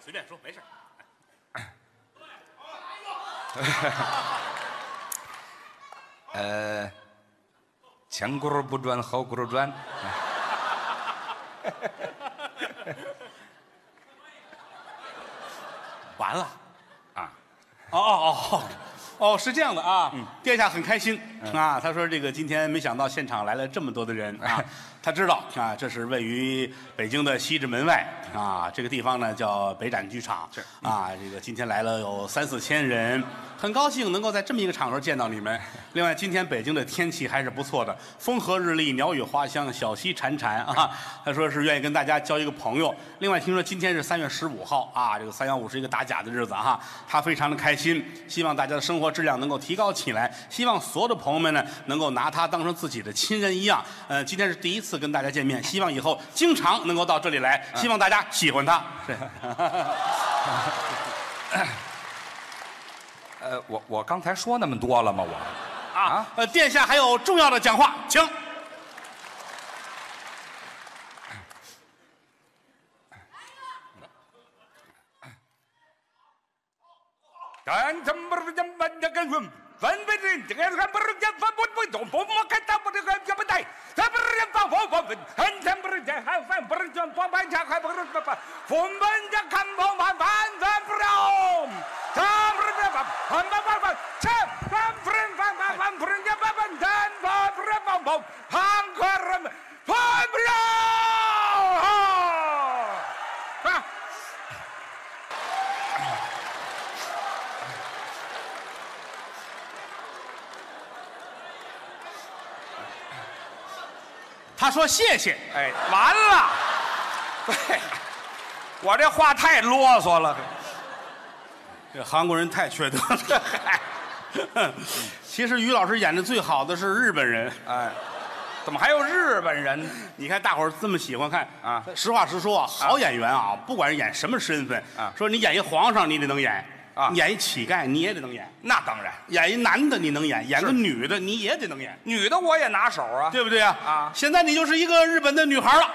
随便说，没事儿。前轱辘不转后轱辘转。完了，啊，哦嗯哦哦，哦，是这样的啊，殿下很开心啊，他说这个今天没想到现场来了这么多的人哎啊，他知道啊，这是位于北京的西直门外啊，这个地方呢叫北展剧场，是啊，这个今天来了有三四千人。很高兴能够在这么一个场合见到你 们。另外，今天北京的天气还是不错的，风和日丽，鸟语花香，小溪潺潺啊。他说是愿意跟大家交一个朋友。另外，听说今天是三月十五号啊，这个三幺五是一个打假的日子哈、他非常的开心，希望大家的生活质量能够提高起来，希望所有的朋友们呢能够拿他当成自己的亲人一样。呃，今天是第一次跟大家见面，希望以后经常能够到这里来，希望大家喜欢他。是。呃，我我刚才说那么多了吗？我 啊，呃，殿下还有重要的讲话，请。他说谢谢。哎，完了！ 对，我这话太啰嗦了。这韩国人太缺德了。 其实于老师演的最好的是日本人，哎，怎么还有日本人？你看大伙儿这么喜欢看啊实话实说啊，好演员啊，不管是演什么身份啊说你演一皇上你得能演啊演一乞丐你也得能演，那当然，演一男的你能演，演个是女的你也得能演，女的我也拿手啊。对不对啊？啊现在你就是一个日本的女孩了，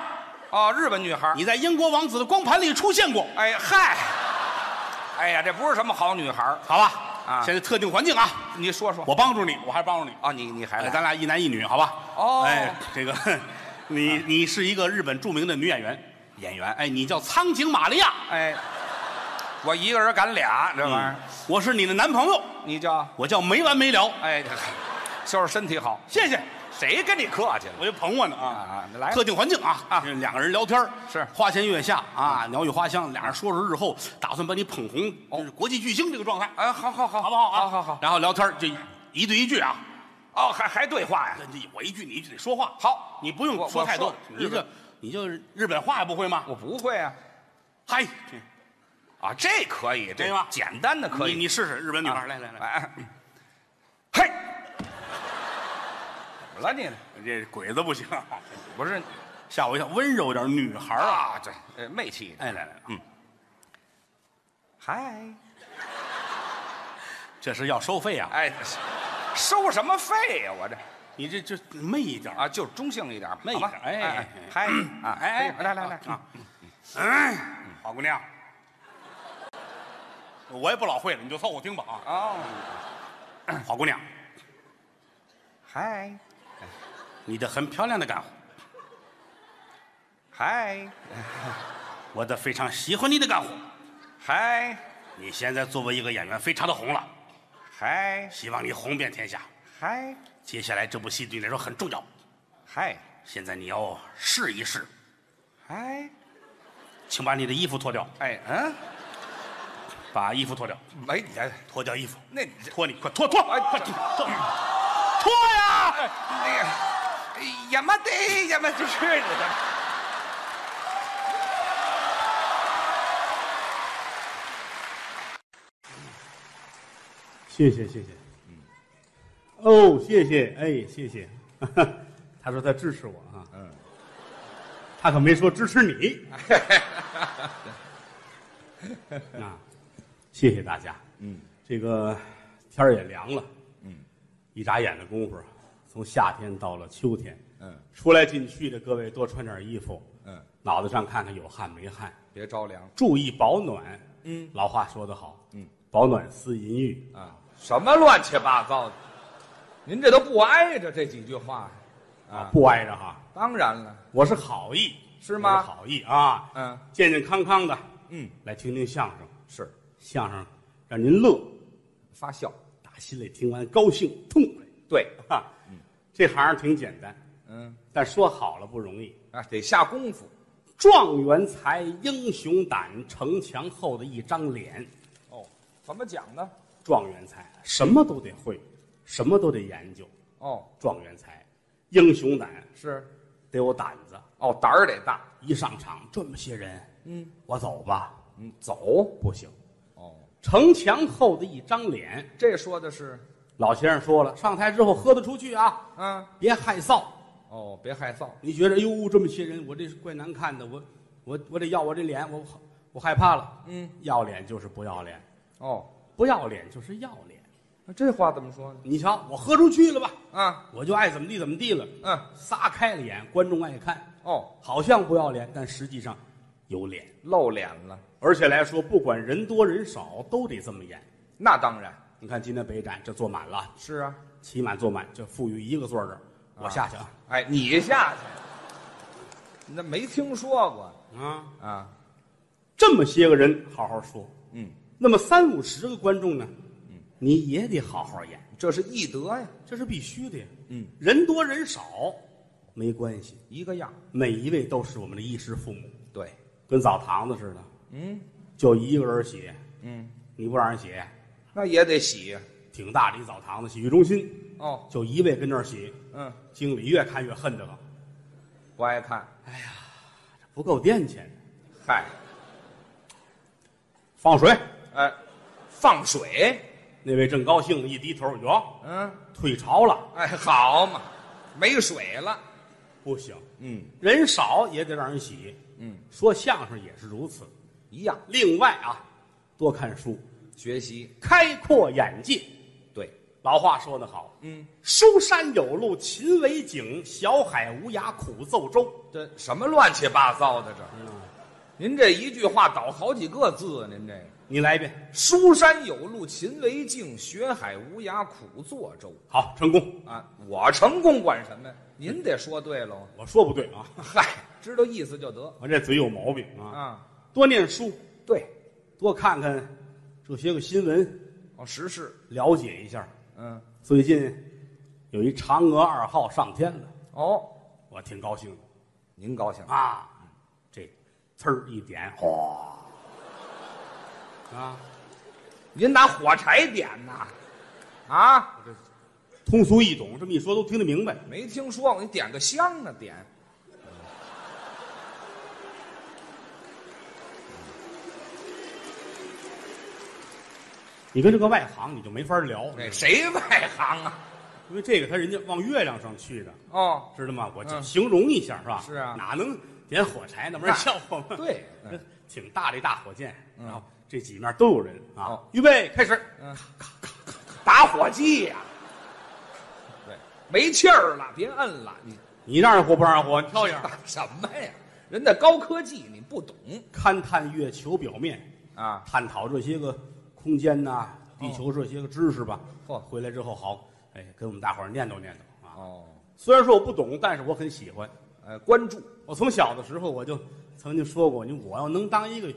哦，日本女孩儿。你在英国王子的光盘里出现过，哎嗨，哎呀，这不是什么好女孩儿。好吧？啊现在特定环境啊，你说说。我帮助你，我还帮助你。啊，你你还哎，来？咱俩一男一女，好吧？哦嗯哎，这个，你你是一个日本著名的女演员，演员，哎，你叫苍井玛利亚，哎，我一个人赶俩，这玩意儿。嗯我是你的男朋友，你叫我叫没完没了，哎，这就是身体好。谢谢，谁跟你客气了？我就捧我呢啊。啊啊，来吧特定环境啊啊这两个人聊天儿是嗯花前月下啊，鸟语花香，俩人说说日后打算把你捧红，哦就是国际巨星这个状态，哎，好好好，好不好啊？好好好。然后聊天儿就一对一句啊，哦，还还对话呀？你我一句你一句得说话，好，你不用我说我太多说，你日本就你就日本话也不会吗？我不会啊。嗨，嗯这啊，这可以，这对吧简单的可以。你你试试日本女孩啊儿，来来来，哎，嘿，怎么了你？这鬼子不行啊， 不是吓我一跳，温柔点儿女孩儿啊，啊，这呃媚气。哎来来，嗯，嗨，这是要收费啊，哎，收什么费呀？我这你这就媚一点儿，啊，就中性一点吧，媚一好吧点？哎嗨啊，哎哎，来来来啊，嗯，好姑娘，我也不老会了，你就凑合听吧啊， 哦，好姑娘，嗨你的很漂亮的干活，嗨我的非常喜欢你的干活，嗨你现在作为一个演员非常的红了，嗨希望你红遍天下，嗨接下来这部戏对你来说很重要，嗨现在你要试一试。嗨，请把你的衣服脱掉，哎嗯，把衣服脱掉，没你这脱掉衣服，那你这脱你，快脱脱，哎快脱脱脱呀！那个哎呀妈的呀妈，这是你的。谢谢谢谢，嗯，哦，谢谢，哎，谢谢， 他说他支持我啊，嗯，他可没说支持你，啊，谢谢大家，嗯，这个天儿也凉了，嗯，一眨眼的功夫，从夏天到了秋天，嗯，出来进去的各位多穿点衣服，嗯，脑袋上看看有汗没汗，别着凉注意保暖，嗯，老话说得好，嗯，保暖思淫欲，啊！什么乱七八糟的？您这都不挨着这几句话啊？不挨着哈。当然了，我是好意，是吗我是好意啊，嗯，健健康康的，嗯，来听听相声，是相声让您乐，发笑，打心里听完高兴痛快对，哈。这行儿挺简单，嗯但说好了不容易。啊，得下功夫状元才，英雄胆，城墙后的一张脸。哦。怎么讲呢？状元才，什么都得会，什么都得研究。哦，状元才，英雄胆是，得有胆子。哦，胆儿得大。一上场这么些人，嗯，我走吧，嗯，走。不行。哦，城墙后的一张脸，这说的是，老先生说了，上台之后喝得出去啊，啊，别害臊。哦，别害臊。你觉得，哎呦，这么些人，我这是怪难看的，我我我得要我这脸，我我害怕了。嗯，要脸就是不要脸，哦，不要脸就是要脸。那这话怎么说呢？你瞧，我喝出去了吧，啊，我就爱怎么地怎么地了，嗯，撒开了眼，观众爱看，哦，好像不要脸，但实际上有脸。露脸了。而且来说，不管人多人少，都得这么演。那当然你看今天北展这坐满了，是啊。起满坐满，这富裕一个座儿这儿，我下去啊。哎，你下去，那没听说过啊，啊？这么些个人好好说，嗯，那么三五十个观众呢，你也得好好演，这是艺德呀，这是必须的呀。嗯，人多人少没关系，一个样。每一位都是我们的衣食父母，对，跟澡堂子似的，嗯就一个人洗，嗯，你不让人洗，那也得洗呀。挺大的一澡堂子，洗浴中心哦，就一位跟那儿洗，嗯，经理越看越恨这个，不爱看。不够店钱，嗨，放水。哎，放水。那位正高兴呢，一低头，哟，嗯，退潮了，哎，好嘛，没水了。不行，嗯人少也得让人洗。嗯，说相声也是如此。一样另外啊，多看书，学习。开阔眼界。对，老话说得好，嗯，书山有路勤为径，小海无涯苦奏舟。这什么乱七八糟的这？嗯，您这一句话倒好几个字，啊您这个。你来一遍，书山有路勤为径，学海无涯苦作舟。好，成功。啊，我成功管什么呀？您得说对喽。我说不对啊，嗨，知道意思就得我这嘴有毛病啊。啊。多念书，对，多看看这些个新闻，哦，时事，了解一下。嗯，最近有一嫦娥二号上天了，哦，我挺高兴的。您高兴，啊，这呲儿一点，哗啊！您拿火柴点呐？啊，通俗易懂，这么一说都听得明白。没听说过，你点个香啊，点。你跟这个外行你就没法聊，哎，谁外行啊？因为这个他人家往月亮上去的，哦，知道吗？我就嗯形容一下，是吧？是啊哪能点火柴那玩意儿那笑话吗？对，这嗯挺大的一大火箭，嗯然后这几面都有人啊哦。预备开始，嗯，打火机呀、对，没气儿了，别摁了，你你让人活不让人活？你挑一下，打什么呀？人家高科技你不懂勘探月球表面，啊？探讨这些个空间呐、哦地球这些个知识吧。嚯回来之后好，哎，跟我们大伙儿念叨念叨啊。哦，虽然说我不懂，但是我很喜欢。呃，关注我从小的时候我就曾经说过，你我要能当一个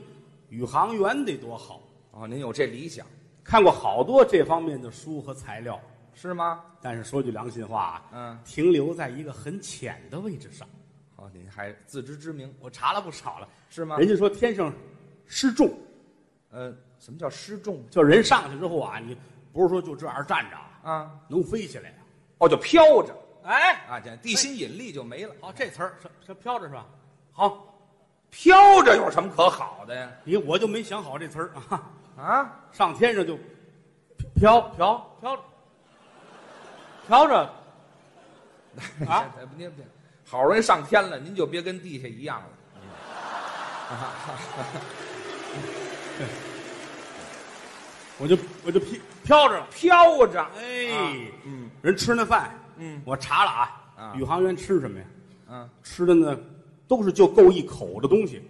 宇航员得多好。哦，您有这理想看过好多这方面的书和材料，是吗？但是说句良心话啊，嗯，停留在一个很浅的位置上。哦，您还自知之明我查了不少了，是吗？人家说天上失重，呃，什么叫失重就人上去之后啊，你不是说就这样站着啊，啊？能飞起来啊。哦，就飘着哎，啊，这地心引力就没了。好，这词儿是是飘着是吧？好，飘着有什么可好的呀？你我就没想好这词儿啊，啊，上天上就飘飘飘着，飘着 啊，哎，您别，好容易上天了，您就别跟地下一样了。我就我就飘飘着了。飘啊着，哎，嗯人吃那饭，嗯我查了啊啊，宇航员吃什么呀？啊，吃的呢都是就够一口的东西，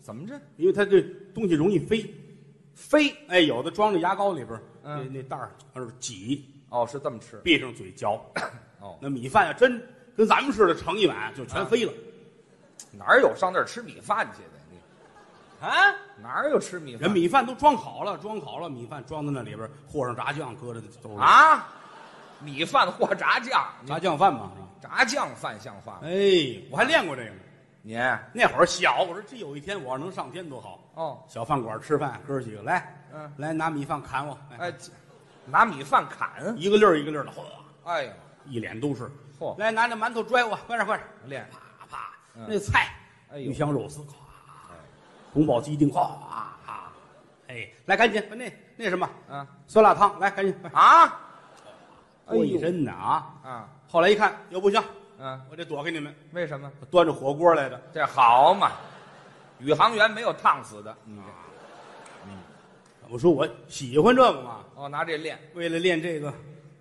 怎么着？因为它这东西容易飞。飞哎，有的装着牙膏里边儿，那嗯那袋儿往这挤，哦，是这么吃闭上嘴嚼。哦，那米饭要真跟咱们似的盛一碗，就全飞了。哪儿有上那儿吃米饭去的？你啊，哪儿有吃米饭？人米饭都装好了，装好了，米饭装在那里边，和上炸酱，搁着都是，啊，米饭和炸酱，炸酱饭嘛是吧？炸酱饭像话吗？哎，我还练过这个呢。您那会儿小，我说这有一天我要能上天多好。哦，小饭馆吃饭，哥儿几个来，嗯来拿米饭砍我，哎，哎，拿米饭砍。一个粒儿一个粒儿的，哗，哎呦，一脸都是。嚯来拿着馒头拽我，快点快点，练啪啪，哦嗯那菜，哎呦鱼香肉丝，咵，哎宫保鸡丁，咵，哎，来赶紧把那那什么啊酸辣汤来赶紧，快啊哎呦过一身呢啊！啊后来一看又不行，嗯，我得躲开你们，为什么？我端着火锅来的，这好嘛，宇航员没有烫死的。嗯我说我喜欢这个嘛，哦，拿这练，为了练这个，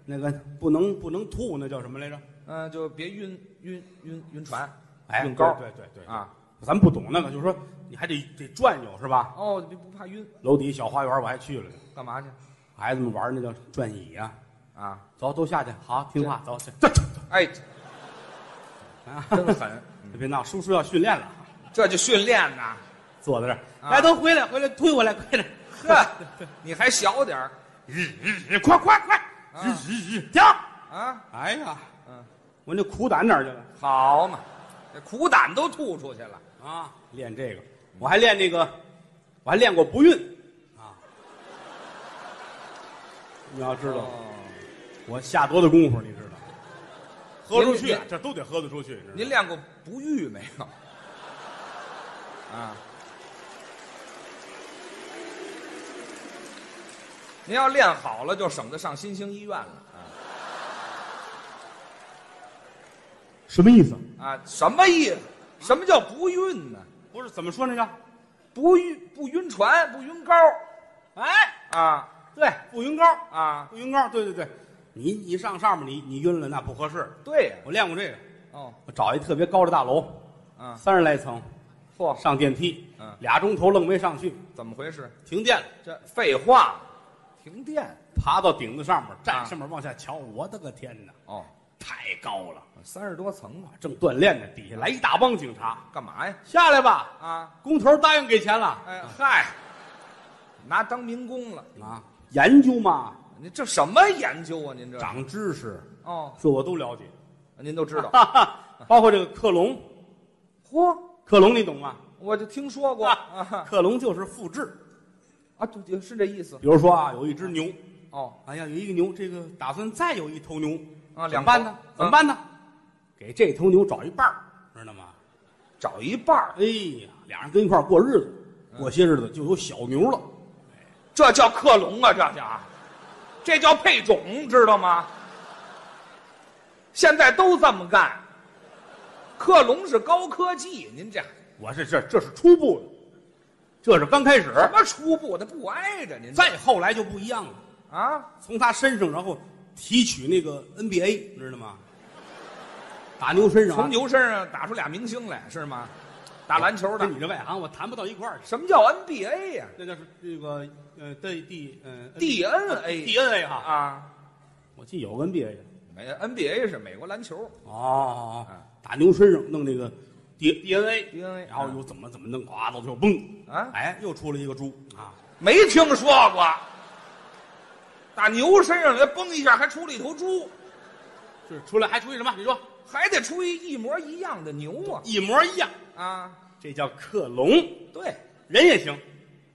那个不能不能吐，那叫什么来着？嗯、就别晕晕晕晕船，哎，晕高。对对对对啊，咱们不懂那个，就是说你还得得转悠是吧？哦，你不怕晕？楼底小花园我还去了呢，干嘛去？孩子们玩那叫转椅啊，啊，走都下去，好听话，走去，走走走哎，啊！真狠，别闹，叔叔要训练了，这就训练呐。坐在这儿，啊来都回来回来，推我来，快点，呵，你还小点儿日日日，快快快，日日日，停！啊？哎呀，嗯，我那苦胆哪儿去了？好嘛，这苦胆都吐出去了。啊，练这个，我还练那个，我还练过不孕，啊，你要知道哦，我下多大功夫，你知道？喝出去您，这都得喝得出去。你知您道练过不育没有？啊，您要练好了，就省得上新兴医院了啊什么意思？啊！什么意思？什么叫不孕呢？不是怎么说那叫？不晕不晕船，不晕高哎，啊对，不晕高，啊！不晕高，对对对，你你上上面你你晕了那不合适。对呀、我练过这个，哦，我找一特别高的大楼，啊，三十来层，嚯，上电梯嗯，俩钟头愣没上去，怎么回事？停电了。这废话，停电爬到顶子上面，啊站上面往下瞧，我的个天哪，哦，太高了！三十多层了，正锻炼呢，底下来一大帮警察，干嘛呀？下来吧！啊，工头答应给钱了哎嗨，拿当民工了，啊！研究嘛，您这什么研究啊？您这长知识，哦，这我都了解，您都知 道。哈哈，包括这个克隆，嚯，克隆你懂吗？我就听说过啊啊，克隆就是复制，啊，对对，是这意思比如说啊，有一只牛，哦哎呀，有一个牛，这个打算再有一头牛，啊，怎两么办呢？头怎么？办呢？给这头牛找一伴儿，知道吗？嗯找一半儿，哎呀，俩人跟一块儿过日子，嗯过些日子就有小牛了。这叫克隆啊，这叫啊，这叫配种，知道吗？现在都这么干，克隆是高科技，您这我是这这是初步的，这是刚开始，什么初步的不挨着您这再后来就不一样了。啊？从他身上，然后提取那个 NBA，知道吗？打牛身上啊、从牛身上打出俩明星来是吗？打篮球的跟，你这外行我谈不到一块儿去。什么叫 NBA 呀、那叫是这个呃对 D 呃 DNA DNA 哈，啊，我记得有个 NBA 的美 NBA 是美国篮球哦嗯打牛身上弄那个 D 啊 DNA， ，DNA，然后又怎么怎么弄，呱到最后嘣，啊，哎，又出了一个猪啊！没听说过，打牛身上来崩一下还出了一头猪，就是出来还出一什么？你说还得出一一模一样的牛啊一模一样，啊！这叫克隆，对，人也行，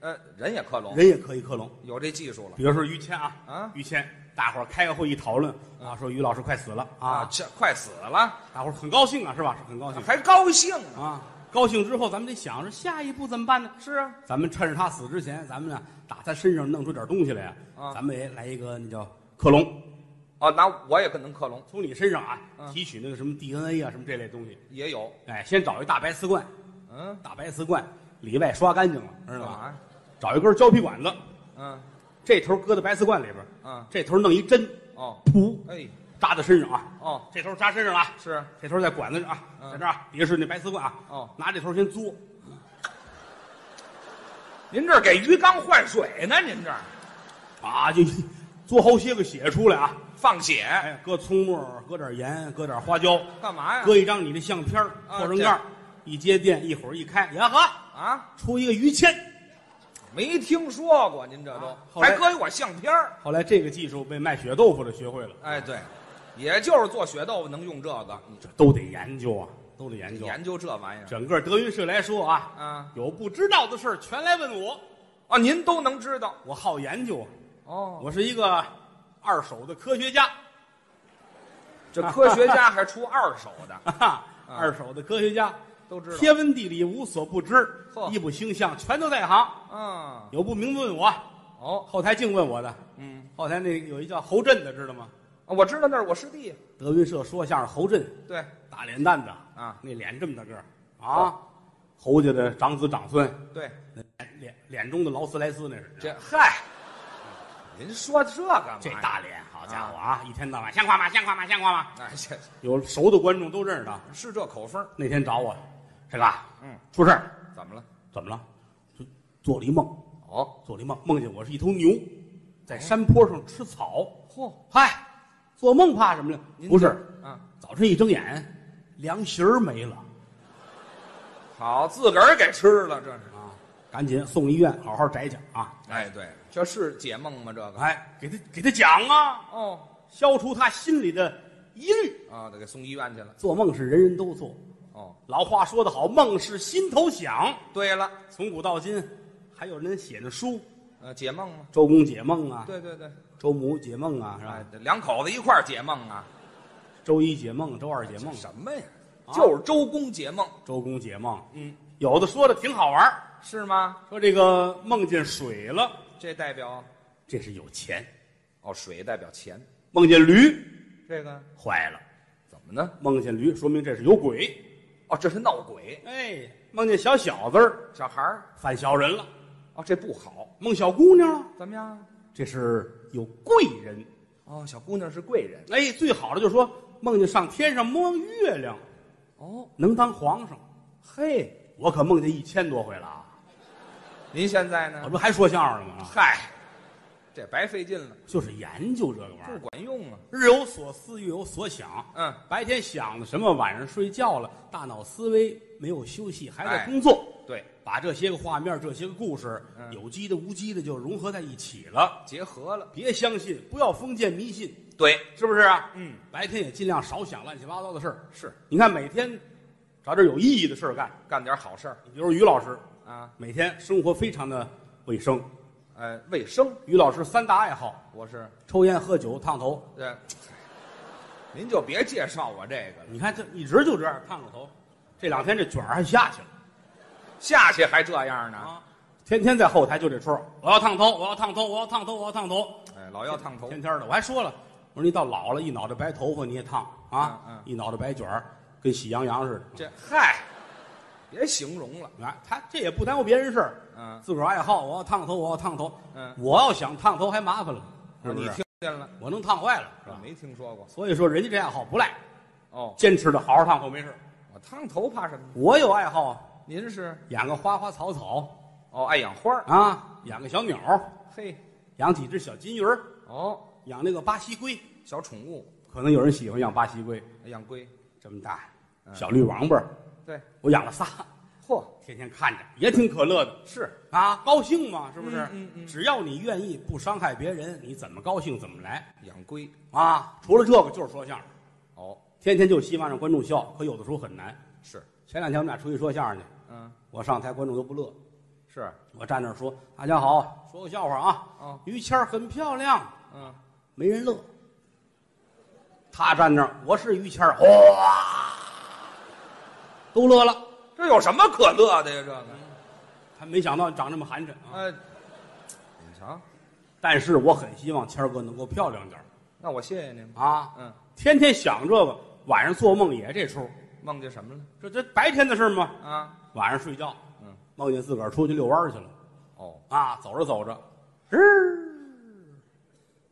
呃，人也克隆，人也可以克隆。有这技术了比如说于谦啊，啊于谦，大伙儿开个会议讨论啊，说于老师快死了啊，这快死了大伙儿很高兴啊，是吧？是很高兴还高兴呢，啊。高兴之后，咱们得想着下一步怎么办呢？是啊，咱们趁着他死之前，咱们呢打他身上弄出点东西来呀、啊咱们也来一个那叫克隆，哦，那我也跟能克隆，从你身上啊嗯提取那个什么 DNA 啊什么这类东西。也有，哎，先找一大白瓷罐，嗯，大白瓷罐里外刷干净了，知干道吗？嘛呀？找一根胶皮管子，嗯这头搁在白瓷罐里边，嗯，这头弄一针，哦，噗哎，扎在身上啊，哦，这头扎身上了啊。是，这头在管子上啊，嗯在这儿啊，底下是那白瓷罐啊，哦拿这头先嘬，您这儿给鱼缸换水呢，您这儿啊，就嘬好些个血出来啊，放血哎，搁葱末儿，搁点盐，搁点花椒，干嘛呀？搁一张你的相片儿，啊扩成盖儿，一接电，一会儿一开，呀呵，啊，出一个于谦。没听说过，您这都、啊后来还搁一我相片儿。后来这个技术被卖血豆腐的学会了，哎，对，也就是做血豆腐能用这个，这都得研究啊，都得研究。研究这玩意儿整个德云社来说啊，啊哦有不知道的事儿全来问我，啊，您都能知道我好研究啊，哦。我是一个二手的科学家，这科学家还出二手的，哈啊哈，二手的科学家都知道。天文地理无所不知呵，一不星象全都在行。嗯，有不明问我，哦，后台净问我的。嗯，后台那有一叫侯震的，知道吗？我知道那是我师弟。德云社说相声侯震，对，大脸蛋子啊那脸这么大个儿啊，侯家的长子长孙，对，那脸脸脸中的劳斯莱斯那是。这哎嗨，您说这干嘛？这大，脸，好家伙啊！一天到晚像话吗？像话吗？像话吗？哎，这有熟的观众都认识他。是这口风儿。那天找我，这个，啊嗯，出事儿，怎么了？怎么了？就做了一梦，哦，做了一梦，梦见我是一头牛，在山坡上吃草。嚯，嗨，做梦怕什么呀？您不这是，啊，早晨一睁眼，凉席儿没了好，自个儿给吃了，这是。啊！赶紧送医院，好好摘去啊！哎，对，这是解梦吗？这个？哎，给他给他讲啊，哦，消除他心里的疑虑。啊，得给送医院去了。做梦是人人都做，哦，老话说得好，梦是心头想。对了，从古到今，还有人写着书，呃，解梦吗？周公解梦啊，对对对，周母解梦啊，是哎吧？，两口子一块儿解梦啊？周一解梦，周二解梦，什么呀？啊就是周公解梦，周公解梦。嗯，有的说的挺好玩儿是吗？说这个梦见水了，这代表这是有钱；哦，水代表钱，梦见驴，这个坏了；怎么呢？梦见驴，说明这是有鬼。哦，这是闹鬼，哎，梦见小小子儿小孩儿犯小人了，哦，这不好，梦小姑娘了，怎么样？这是有贵人。哦，小姑娘是贵人哎，最好的就是说梦见上天上摸月亮，哦，能当皇上。嘿，我可梦见一千多回了啊！您现在我呢？这还说相声呢吗？嗨，这白费劲了，就是研究这个玩意不儿，管用啊。日有所思，夜有所想。嗯，白天想的什么，晚上睡觉了，大脑思维没有休息，还在哎工作，对，把这些个画面、这些个故事，嗯有机的、无机的就融合在一起了。结合了，别相信，不要封建迷信，对，是不是啊？嗯，白天也尽量少想乱七八糟的事儿。是你看，每天找点有意义的事儿干。干点好事儿比如于老师，啊，每天生活非常的卫生。呃，卫生，于老师三大爱好：我是抽烟、喝酒、烫头。这，您就别介绍我这个了，你看，这一直就这样烫着头，这两天这卷儿还下去了。下去还这样呢？啊，天天在后台就这出儿，我要烫头，我要烫头，我要烫头，我要烫头，哎，老要烫头，天天的。我还说了，我说你到老了，一脑袋白头发你也烫啊，嗯嗯一脑袋白卷儿，跟喜羊羊似这嗨，别形容了，的。啊，他这也不耽误别人事儿，嗯自个儿爱好，我要烫头，我要烫头。嗯啊我要想烫头还麻烦了，是不你是？听啊见了？我能烫坏了，是我吧？没听说过所以说人家这爱好不赖，哦，坚持的好好烫头没事。我烫头怕什么？我有爱好啊，您是养个花花草草哦，爱养花儿，啊，养个小鸟儿，嘿，养几只小金鱼儿，哦，养那个巴西龟。小宠物，可能有人喜欢养巴西龟，养龟，这么大嗯小绿王八儿，对，我养了仨，嚯，天天看着也挺可乐的是啊，高兴嘛，是不是？嗯嗯嗯只要你愿意，不伤害别人，你怎么高兴怎么来养龟，啊。除了这个就是说相声，哦，天天就希望让观众笑，可有的时候很难。是，前两天我们俩出去说相声去，嗯，我上台观众都不乐，是，我站那儿说大家好，说个笑话啊，哦，于谦儿很漂亮，嗯，没人乐。他站那儿，我是于谦儿，哗，都乐了。这有什么可乐的呀？这个。他没想到你长这么寒碜啊！呃，你瞧，但是我很希望谦儿哥能够漂亮点儿那我谢谢您。啊！嗯，天天想这个，晚上做梦也这出。梦见什么了？这这白天的事吗？啊，晚上睡觉，嗯，梦见自个儿出去遛弯儿去了哦，啊！走着走着，日，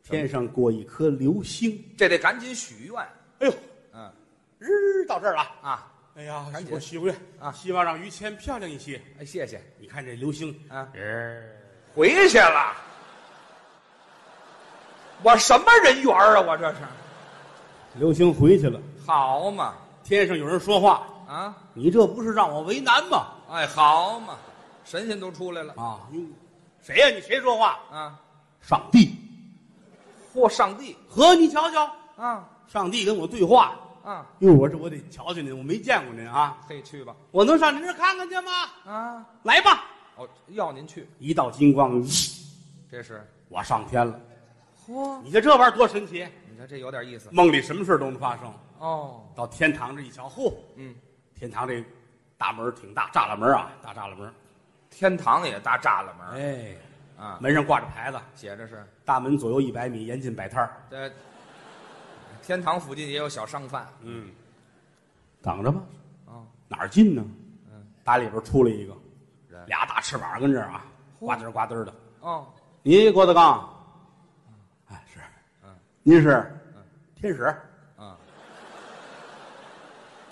天上过一颗流星，这得赶紧许愿。哎呦，嗯日到这儿了。啊，哎呀，赶紧我许个愿啊希望让于谦漂亮一些。哎，谢谢你看这流星，啊，日，回去了。我什么人缘啊？我这是流星回去了。好嘛天上有人说话，啊，你这不是让我为难吗？哎，好嘛，神仙都出来了啊，哟谁呀、你谁说话？啊，上帝或上帝和你瞧瞧，啊上帝跟我对话。啊，哟，我这我得瞧瞧您，我没见过您啊，可以去吧我能上您这儿看看去吗？啊，来吧，哦，要您去，一道金光，这是我上天了。嚯，你瞧这玩意儿多神奇！你看这有点意思梦里什么事儿都能发生。哦。到天堂这一瞧，嚯，嗯，天堂这大门儿挺大，栅栏门儿啊，大栅栏门儿。天堂也搭栅栏门儿哎，啊，门上挂着牌子，写着是大门左右一百米，严禁摆摊儿。这天堂附近也有小商贩嗯，等着吧，啊，哪儿进呢？嗯，打里边出来一个人，俩大翅膀跟这儿啊，呱嘚儿呱嘚儿的。哦，您郭德纲，哎是，嗯，您是天使，啊，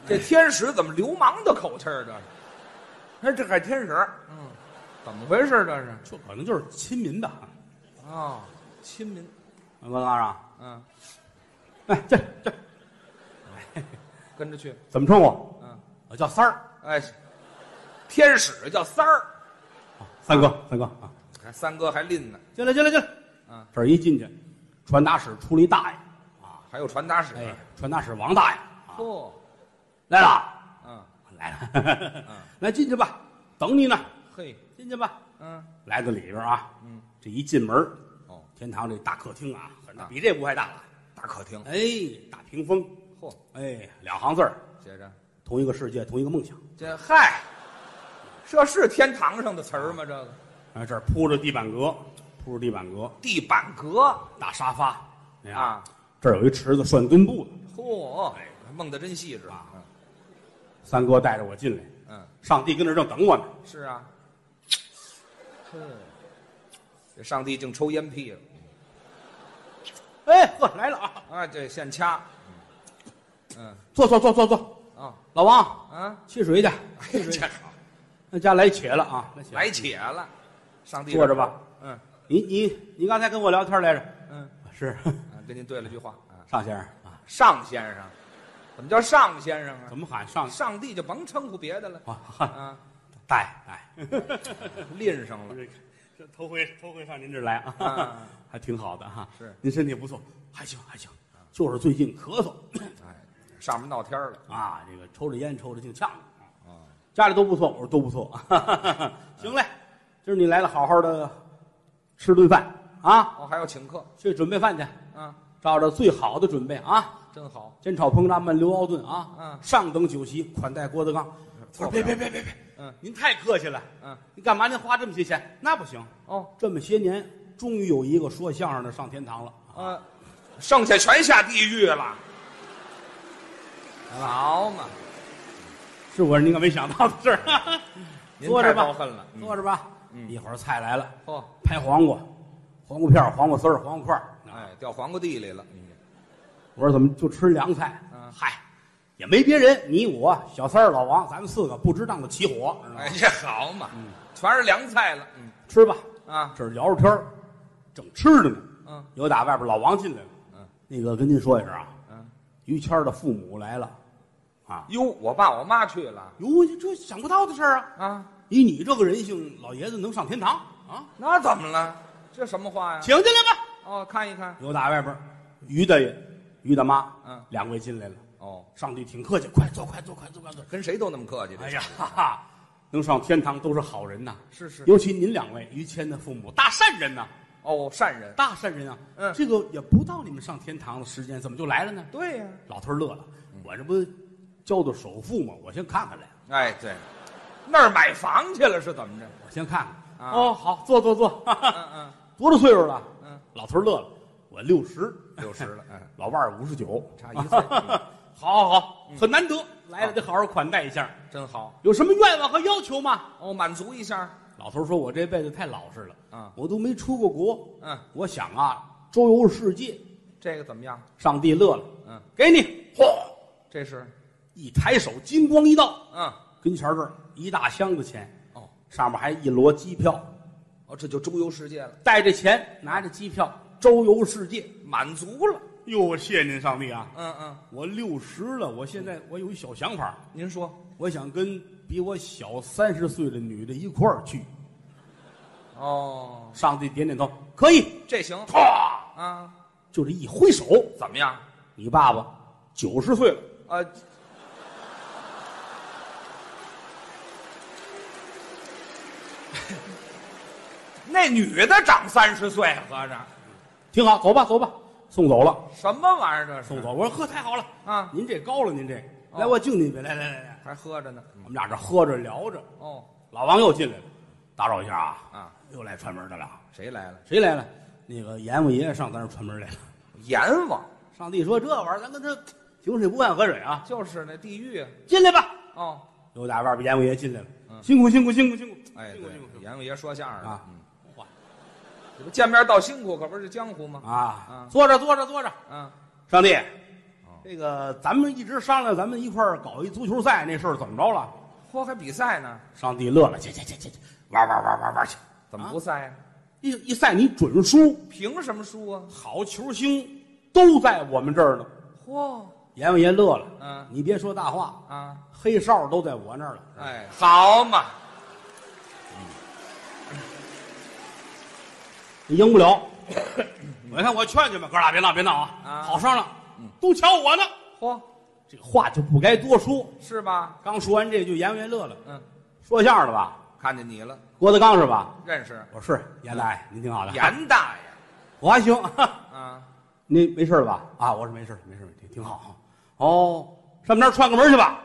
这天使怎么流氓的口气儿？这是，哎，这还天使，嗯，怎么回事？这是这可能就是亲民吧。啊，亲民，郭德纲啊，嗯，哎这这跟着去，怎么称呼？嗯，我呃叫三儿，哎，天使叫三儿，三哥三哥啊，还三哥还拎呢，进来进来进来。嗯，这儿一进去，传达室出了一大爷，还有传达室，哎，传达室王大爷啊嚯，来了嗯，来了， 来进去吧，等你呢，嘿，进去吧。嗯，来到里边啊，嗯，这一进门，哦，天堂这大客厅啊，很大，啊比这屋还大了。大客厅，哎，大屏风，嚯，哎，两行字儿，写着。同一个世界，同一个梦想。这嗨，这是天堂上的词儿吗？这个啊，这儿铺着地板革，铺着地板革，地板革大沙发，哎呀啊，这儿有一池子涮墩布的。嚯，梦得真细致啊！哎三哥带着我进来，嗯，上帝跟这儿正等我呢。是啊，这上帝竟抽烟屁了哎，呵，来了啊，啊！这现掐，嗯坐坐坐坐坐，啊老王，啊，汽水去，哎这那家来且了啊，来且了来且了，上帝坐着吧，嗯你你你刚才跟我聊天来着？嗯， 是啊跟您对了句话啊，尚先生啊？上先生，怎么叫上先生啊？怎么喊尚上帝就甭称呼别的了 啊？啊，大爷大 爷，拎上了这这头回头回上您这儿来啊啊， 还挺好的哈。是您身体不错，还行还行，就是最近咳嗽哎，上面闹天儿了。啊，这个抽着烟抽着挺呛的啊。啊，家里都不错，我说都不错。 行嘞，今儿你来了，好好的吃顿饭啊，哦，还要请客去准备饭去，啊，照着最好的准备啊。真好。煎炒烹炸焖刘熬炖啊，嗯上等酒席款待郭德纲。我说别别别别别，嗯您太客气了，嗯，您干嘛您花这么些钱？那不行，哦，这么些年终于有一个说相声的上天堂了，呃，剩下全下地狱了。好嘛，是我您可没想到的事 儿。您坐着太吧高，恨了嗯坐着吧。一会儿菜来了，嚯，拍黄瓜，黄瓜片儿、黄瓜丝儿、黄瓜块儿。啊哎，掉黄瓜地里了。嗯我说怎么就吃凉菜嗯？嗨，也没别人，你我小三儿、老王，咱们四个不值当的起火，知道吗哎，这好嘛，全是凉菜了。嗯吃吧。啊，这儿聊着天儿，正吃着呢。嗯有打外边老王进来了，嗯，那个跟您说一声啊，嗯，于谦儿的父母来了，啊，哟，我爸我妈去了哟，这想不到的事儿啊！啊，以你这个人性，老爷子能上天堂啊？那怎么了？这什么话呀？请进来吧。哦，看一看。有打外边，于大爷、于大妈，嗯两位进来了，哦，上帝挺客气，快坐，快坐，快坐，快坐。跟谁都那么客气。这哎呀，哈哈，能上天堂都是好人呐，是是。尤其您两位，于谦的父母，大善人呐，哦，善人。大善人啊。嗯这个也不到你们上天堂的时间，怎么就来了呢？对呀。老头儿乐了，嗯我这不交的首付吗？我先看看来，哎，对，那儿买房去了是怎么着？我先看看。啊哦，好，坐坐坐。嗯嗯 多大岁数了？嗯，老头儿乐了，我六十，六十了，嗯。老伴儿五十九，差一岁嗯 好好好，很难得，嗯来了得好好款待一下。真好有什么愿望和要求吗？哦，满足一下。老头儿说：“我这辈子太老实了，嗯我都没出过国，嗯，我想啊，周游世界。这个怎么样？”上帝乐了，嗯，给你，嚯，这是一抬手，金光一道，嗯跟前儿这儿一大箱子钱，哦上面还一摞机票，哦，这就周游世界了，带着钱，拿着机票，周游世界。满足了。哟，我谢您上帝啊！嗯嗯，我六十了，我现在我有一小想法，您说我想跟比我小三十岁的女的一块儿去。哦，上帝点点头，可以。这行啪，啊？就这一挥手，怎么样？你爸爸九十岁了，呃， 那女的长三十岁，合着挺好，走吧，走吧，送走了，什么玩意儿这是？送走。我说呵，太好了啊您这高了，您这，哦来，我敬您一杯，来来来来，还喝着呢。我们俩这喝着聊着，哦老王又进来了，打扰一下啊，啊，又来串门的了，谁来了？谁来了？那个阎王爷上咱这串门来了。阎王上帝说这玩意儿，咱跟他井水不犯河水啊，就是那地狱啊。进来吧。哦，又打外边阎王爷进来了，辛苦辛苦辛苦辛苦，哎，辛对苦辛苦，阎王爷说相声的啊嗯这不见面道辛苦，可不是江湖吗？啊嗯！坐着坐着坐着，啊，上帝，哦这个咱们一直商量，咱们一块儿搞一足球赛那事儿怎么着了？嚯，还比赛呢？上帝乐了，去去去去去，玩玩玩玩玩去！怎么不赛啊？一一赛你准输，凭什么输啊？好球星都在我们这儿呢。嚯，阎王爷乐了，嗯你别说大话，啊，黑哨都在我那儿了。哎，好嘛，你赢不了。我看我劝劝吧，哥俩别闹别闹啊，嗯啊好商量，都瞧我呢。嚯，这话就不该多说。是吧？刚说完这句，阎王爷乐了，嗯，说相声的吧？看见你了，郭德纲是吧？认识我说是严大爷，您挺好的。严大爷我还行，啊？您没事了吧？啊，我说没事，没事，挺挺好。哦，上我们那儿串个门去吧。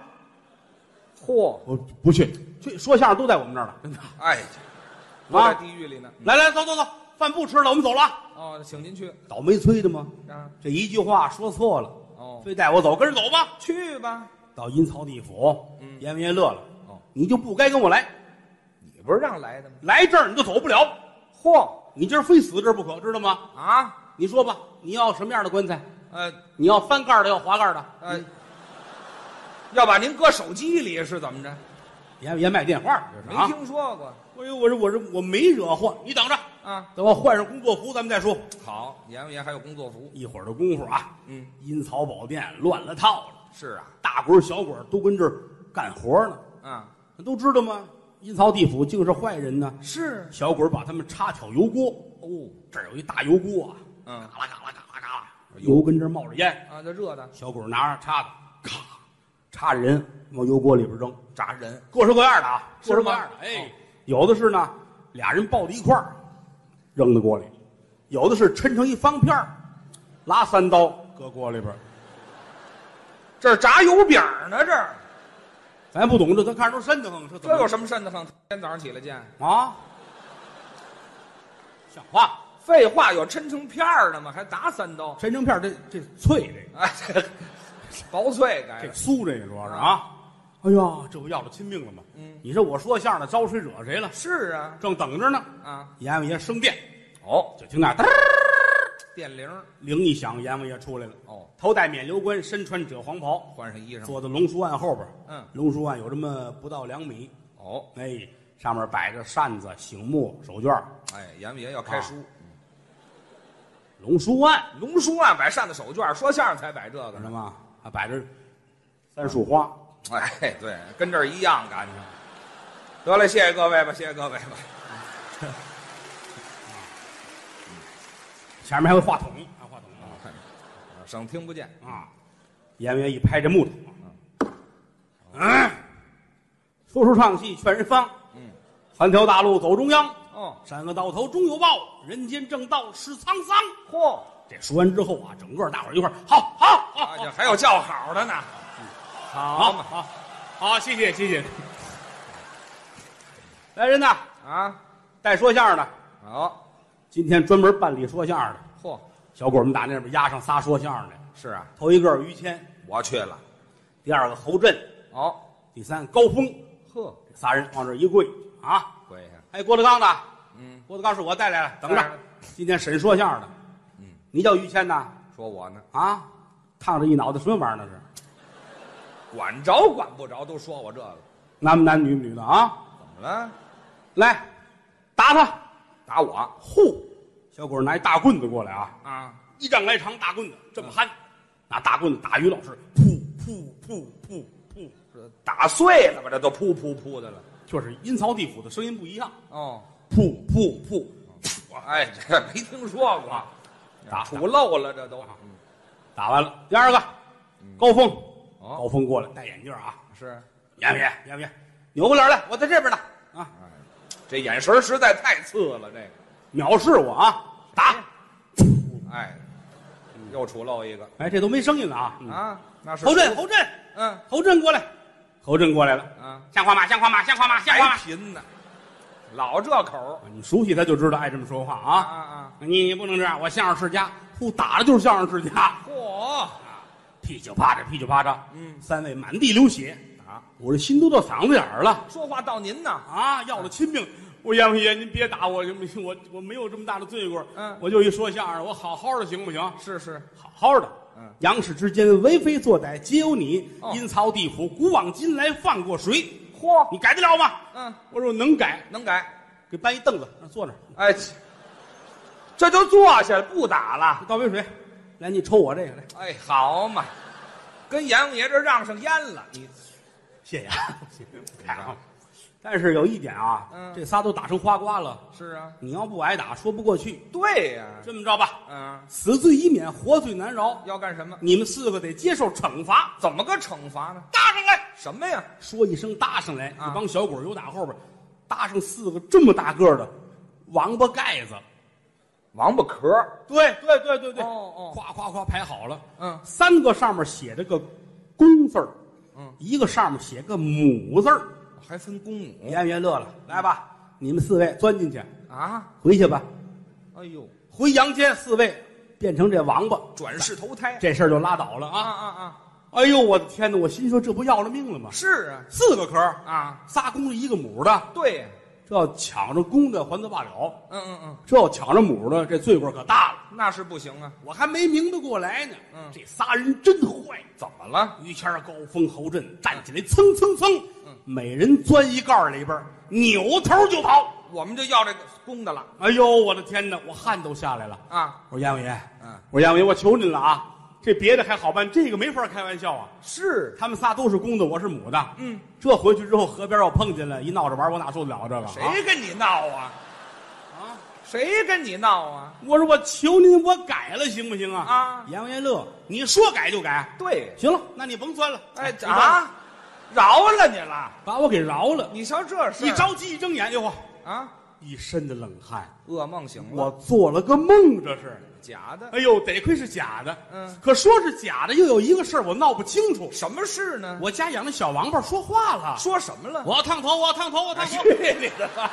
嚯，我不去，去说相声都在我们这儿了，真的。哎， 都在啊，地狱里呢。来来，走走走，饭不吃了，我们走了啊。哦，请您去倒霉催的吗？啊。这一句话说错了，哦，非带我走，跟着走吧。去吧。到阴曹地府，嗯阎王爷乐了哦，你就不该跟我来，你不是让来的吗？来这儿你就走不了，嚯你今儿非死这儿不可，知道吗？啊，你说吧，你要什么样的棺材？呃你要翻盖的，要滑盖的？呃，要把您搁手机里是怎么着？阎王爷卖电话，这是没啊！听说过我说我说我说我没惹祸，你等着，啊。等我换上工作服咱们再说。好，阎王爷还有工作服。一会儿的功夫啊，嗯，阴曹宝殿乱了套了，是啊，大鬼儿小鬼儿都跟这儿干活呢，啊，都知道吗？阴曹地府竟是坏人呢。是小鬼儿把他们插挑油锅，哦，这儿有一大油锅啊，嗯嘎啦嘎啦嘎啦嘎啦，油跟这儿冒着烟。啊，这热的小鬼儿拿着叉子，咔，插着人往油锅里边扔，炸人，各式各样的啊，是各式吗各样的。哎哦，有的是呢，俩人抱在一块儿扔到锅里，有的是抻成一方片儿，拉三刀搁锅里边儿。这儿炸油饼呢，这儿咱不懂这，咱看着都瘆得慌，这怎这么有什么瘆得慌？今天早上起来见，啊？像话，废话，有抻成片儿的吗？还打三刀？抻成片儿这这脆这个哎， 这薄脆改这了，酥这个主要是啊。哎呀，这不要了亲命了吗？嗯，你说我说相声的招谁惹谁了？是啊，正等着呢，啊，阎王爷升殿，哦，就听那嘚儿电铃儿，铃一响，阎王爷出来了。哦，头戴冕旒冠，身穿赭黄袍，换上衣裳，坐在龙书案后边。嗯龙书案有这么不到两米，哦，哎，上面摆着扇子、醒目、手绢儿。哎，阎王爷要开书，龙书案，龙书案摆扇子手绢，说相声才摆这个知呢道。吗？还摆着三束花。哎，对，跟这儿一样赶上。得了，谢谢各位吧，谢谢各位吧。前面还有话筒，还有话筒啊省听不见，啊！阎王爷一拍这木头，嗯，说书唱戏劝人方，嗯，三条大路走中央，哦，山恶到头终有报，人间正道是沧桑。嚯，这说完之后啊，整个大伙儿一块儿，好好好啊，这还有叫好的呢。好好嘛，好好，谢谢谢谢。 来人呐，啊，带说相声的，好，今天专门办理说相声的嚯，小鬼儿们打那边压上仨说相声的，是啊，头一个是于谦，我去了。第二个侯震，哦，第三个高峰，呵，仨人往这一跪啊！跪下，哎，郭德纲的，嗯，郭德纲是我带来的，等当然着了，今天审说相声的，嗯，你叫于谦呐？说我呢，啊，烫着一脑袋什么玩意儿那是？管着管不着，都说我这个，男不男女不女的啊？怎么了？来，打他！打我呼，小鬼儿拿一大棍子过来啊！啊？一丈来长大棍子，这么憨，拿大棍子打于老师，噗噗噗噗噗，这打碎了吧？这都噗噗噗的了。就是阴曹地府的声音不一样，哦，噗噗噗，哎，这没听说过，打杵漏了，这都。嗯打完了。第二个，高峰，哦高峰过来，戴眼镜啊，是，阎王爷，阎王爷，扭过脸来，我在这边呢啊，这眼神实在太次了，这个啊藐视我啊，打，哎，又出漏一个哎，这都没声音了啊！嗯啊，那是侯震，侯震，嗯侯震过来，侯震过来了。啊，像话吗？像话吗？像话吗？像话还吗？贫呢，老这口啊你熟悉他就知道爱这么说话儿啊！啊你你不能这样，我相声世家，呼打的就是相声世家啊，，嚯，噼里啪嚓，噼里啪嚓，嗯三位满地流血啊，我这心都到嗓子眼儿了说话到您呢，啊，要了亲命！我阎王爷，您别打我，我我没有这么大的罪过，嗯我就一说相声，我好好的行不行？是是，好好的，嗯，杨氏之间为非作歹，皆有你。哦阴曹地府，古往今来放过谁？嚯，你改得了吗？嗯，我说我能改，能改，给搬一凳子，让坐那儿，哎，这就坐下不打了，倒杯水，来，你抽我这个来，哎，好嘛，跟阎王爷这让上烟了，你谢谢 啊，谢谢，太好了。 但是有一点啊，嗯这仨都打成花瓜了，是啊，你要不挨打说不过去。对呀，这么着吧，嗯，死罪已免，活罪难饶，要干什么？你们四个得接受惩罚。怎么个惩罚呢？搭上来，什么呀？说一声搭上来，啊一帮小鬼儿由打后边，搭上四个这么大个儿的王八盖子。王八壳儿，对对对对对，哦哦夸夸夸排好了，嗯三个上面写着个公字儿，嗯，一个上面写个母字儿。还分公母阎王爷乐了，来吧，你们四位钻进去，啊？回去吧，哎呦，回阳间，四位变成这王八，转世投胎，这事儿就拉倒了啊啊！啊啊！哎呦，我的天哪，我心说这不要了命了吗？是啊四个壳儿，啊，仨公的一个母的，对呀，这要抢着公的还则罢了，嗯嗯嗯，这要抢着母的，这罪过可大了。那是不行啊。我还没明白过来呢，嗯这仨人真坏。怎么了？于谦儿、高峰、侯震站起来，蹭蹭蹭，嗯每人钻一盖儿里边儿，扭头就跑。我们就要这个公的了哎呦，我的天哪，我汗都下来了。啊！我说阎王爷，嗯，我说阎王爷，我求您了啊！这别的还好办，这个没法开玩笑啊。是，他们仨都是公的，我是母的。嗯，这回去之后，河边要碰见了，一闹着玩儿，我哪受得了啊这个？啊谁跟你闹啊？啊？谁跟你闹啊？我说我求您，我改了行不行啊？啊阎王爷乐，你说改就改。对，行了，那你甭钻了。哎甭钻了，啊，饶了你了！把我给饶了。你瞧这事儿一着急，一睁眼，就嚯，啊，一身的冷汗。噩梦醒了，我做了个梦，这是。假的。哎呦，得亏是假的。嗯可说是假的，又有一个事儿我闹不清楚。什么事呢？我家养的小王八说话了，哎说什么了？我要烫头，我要烫头，我要烫头。去你的吧！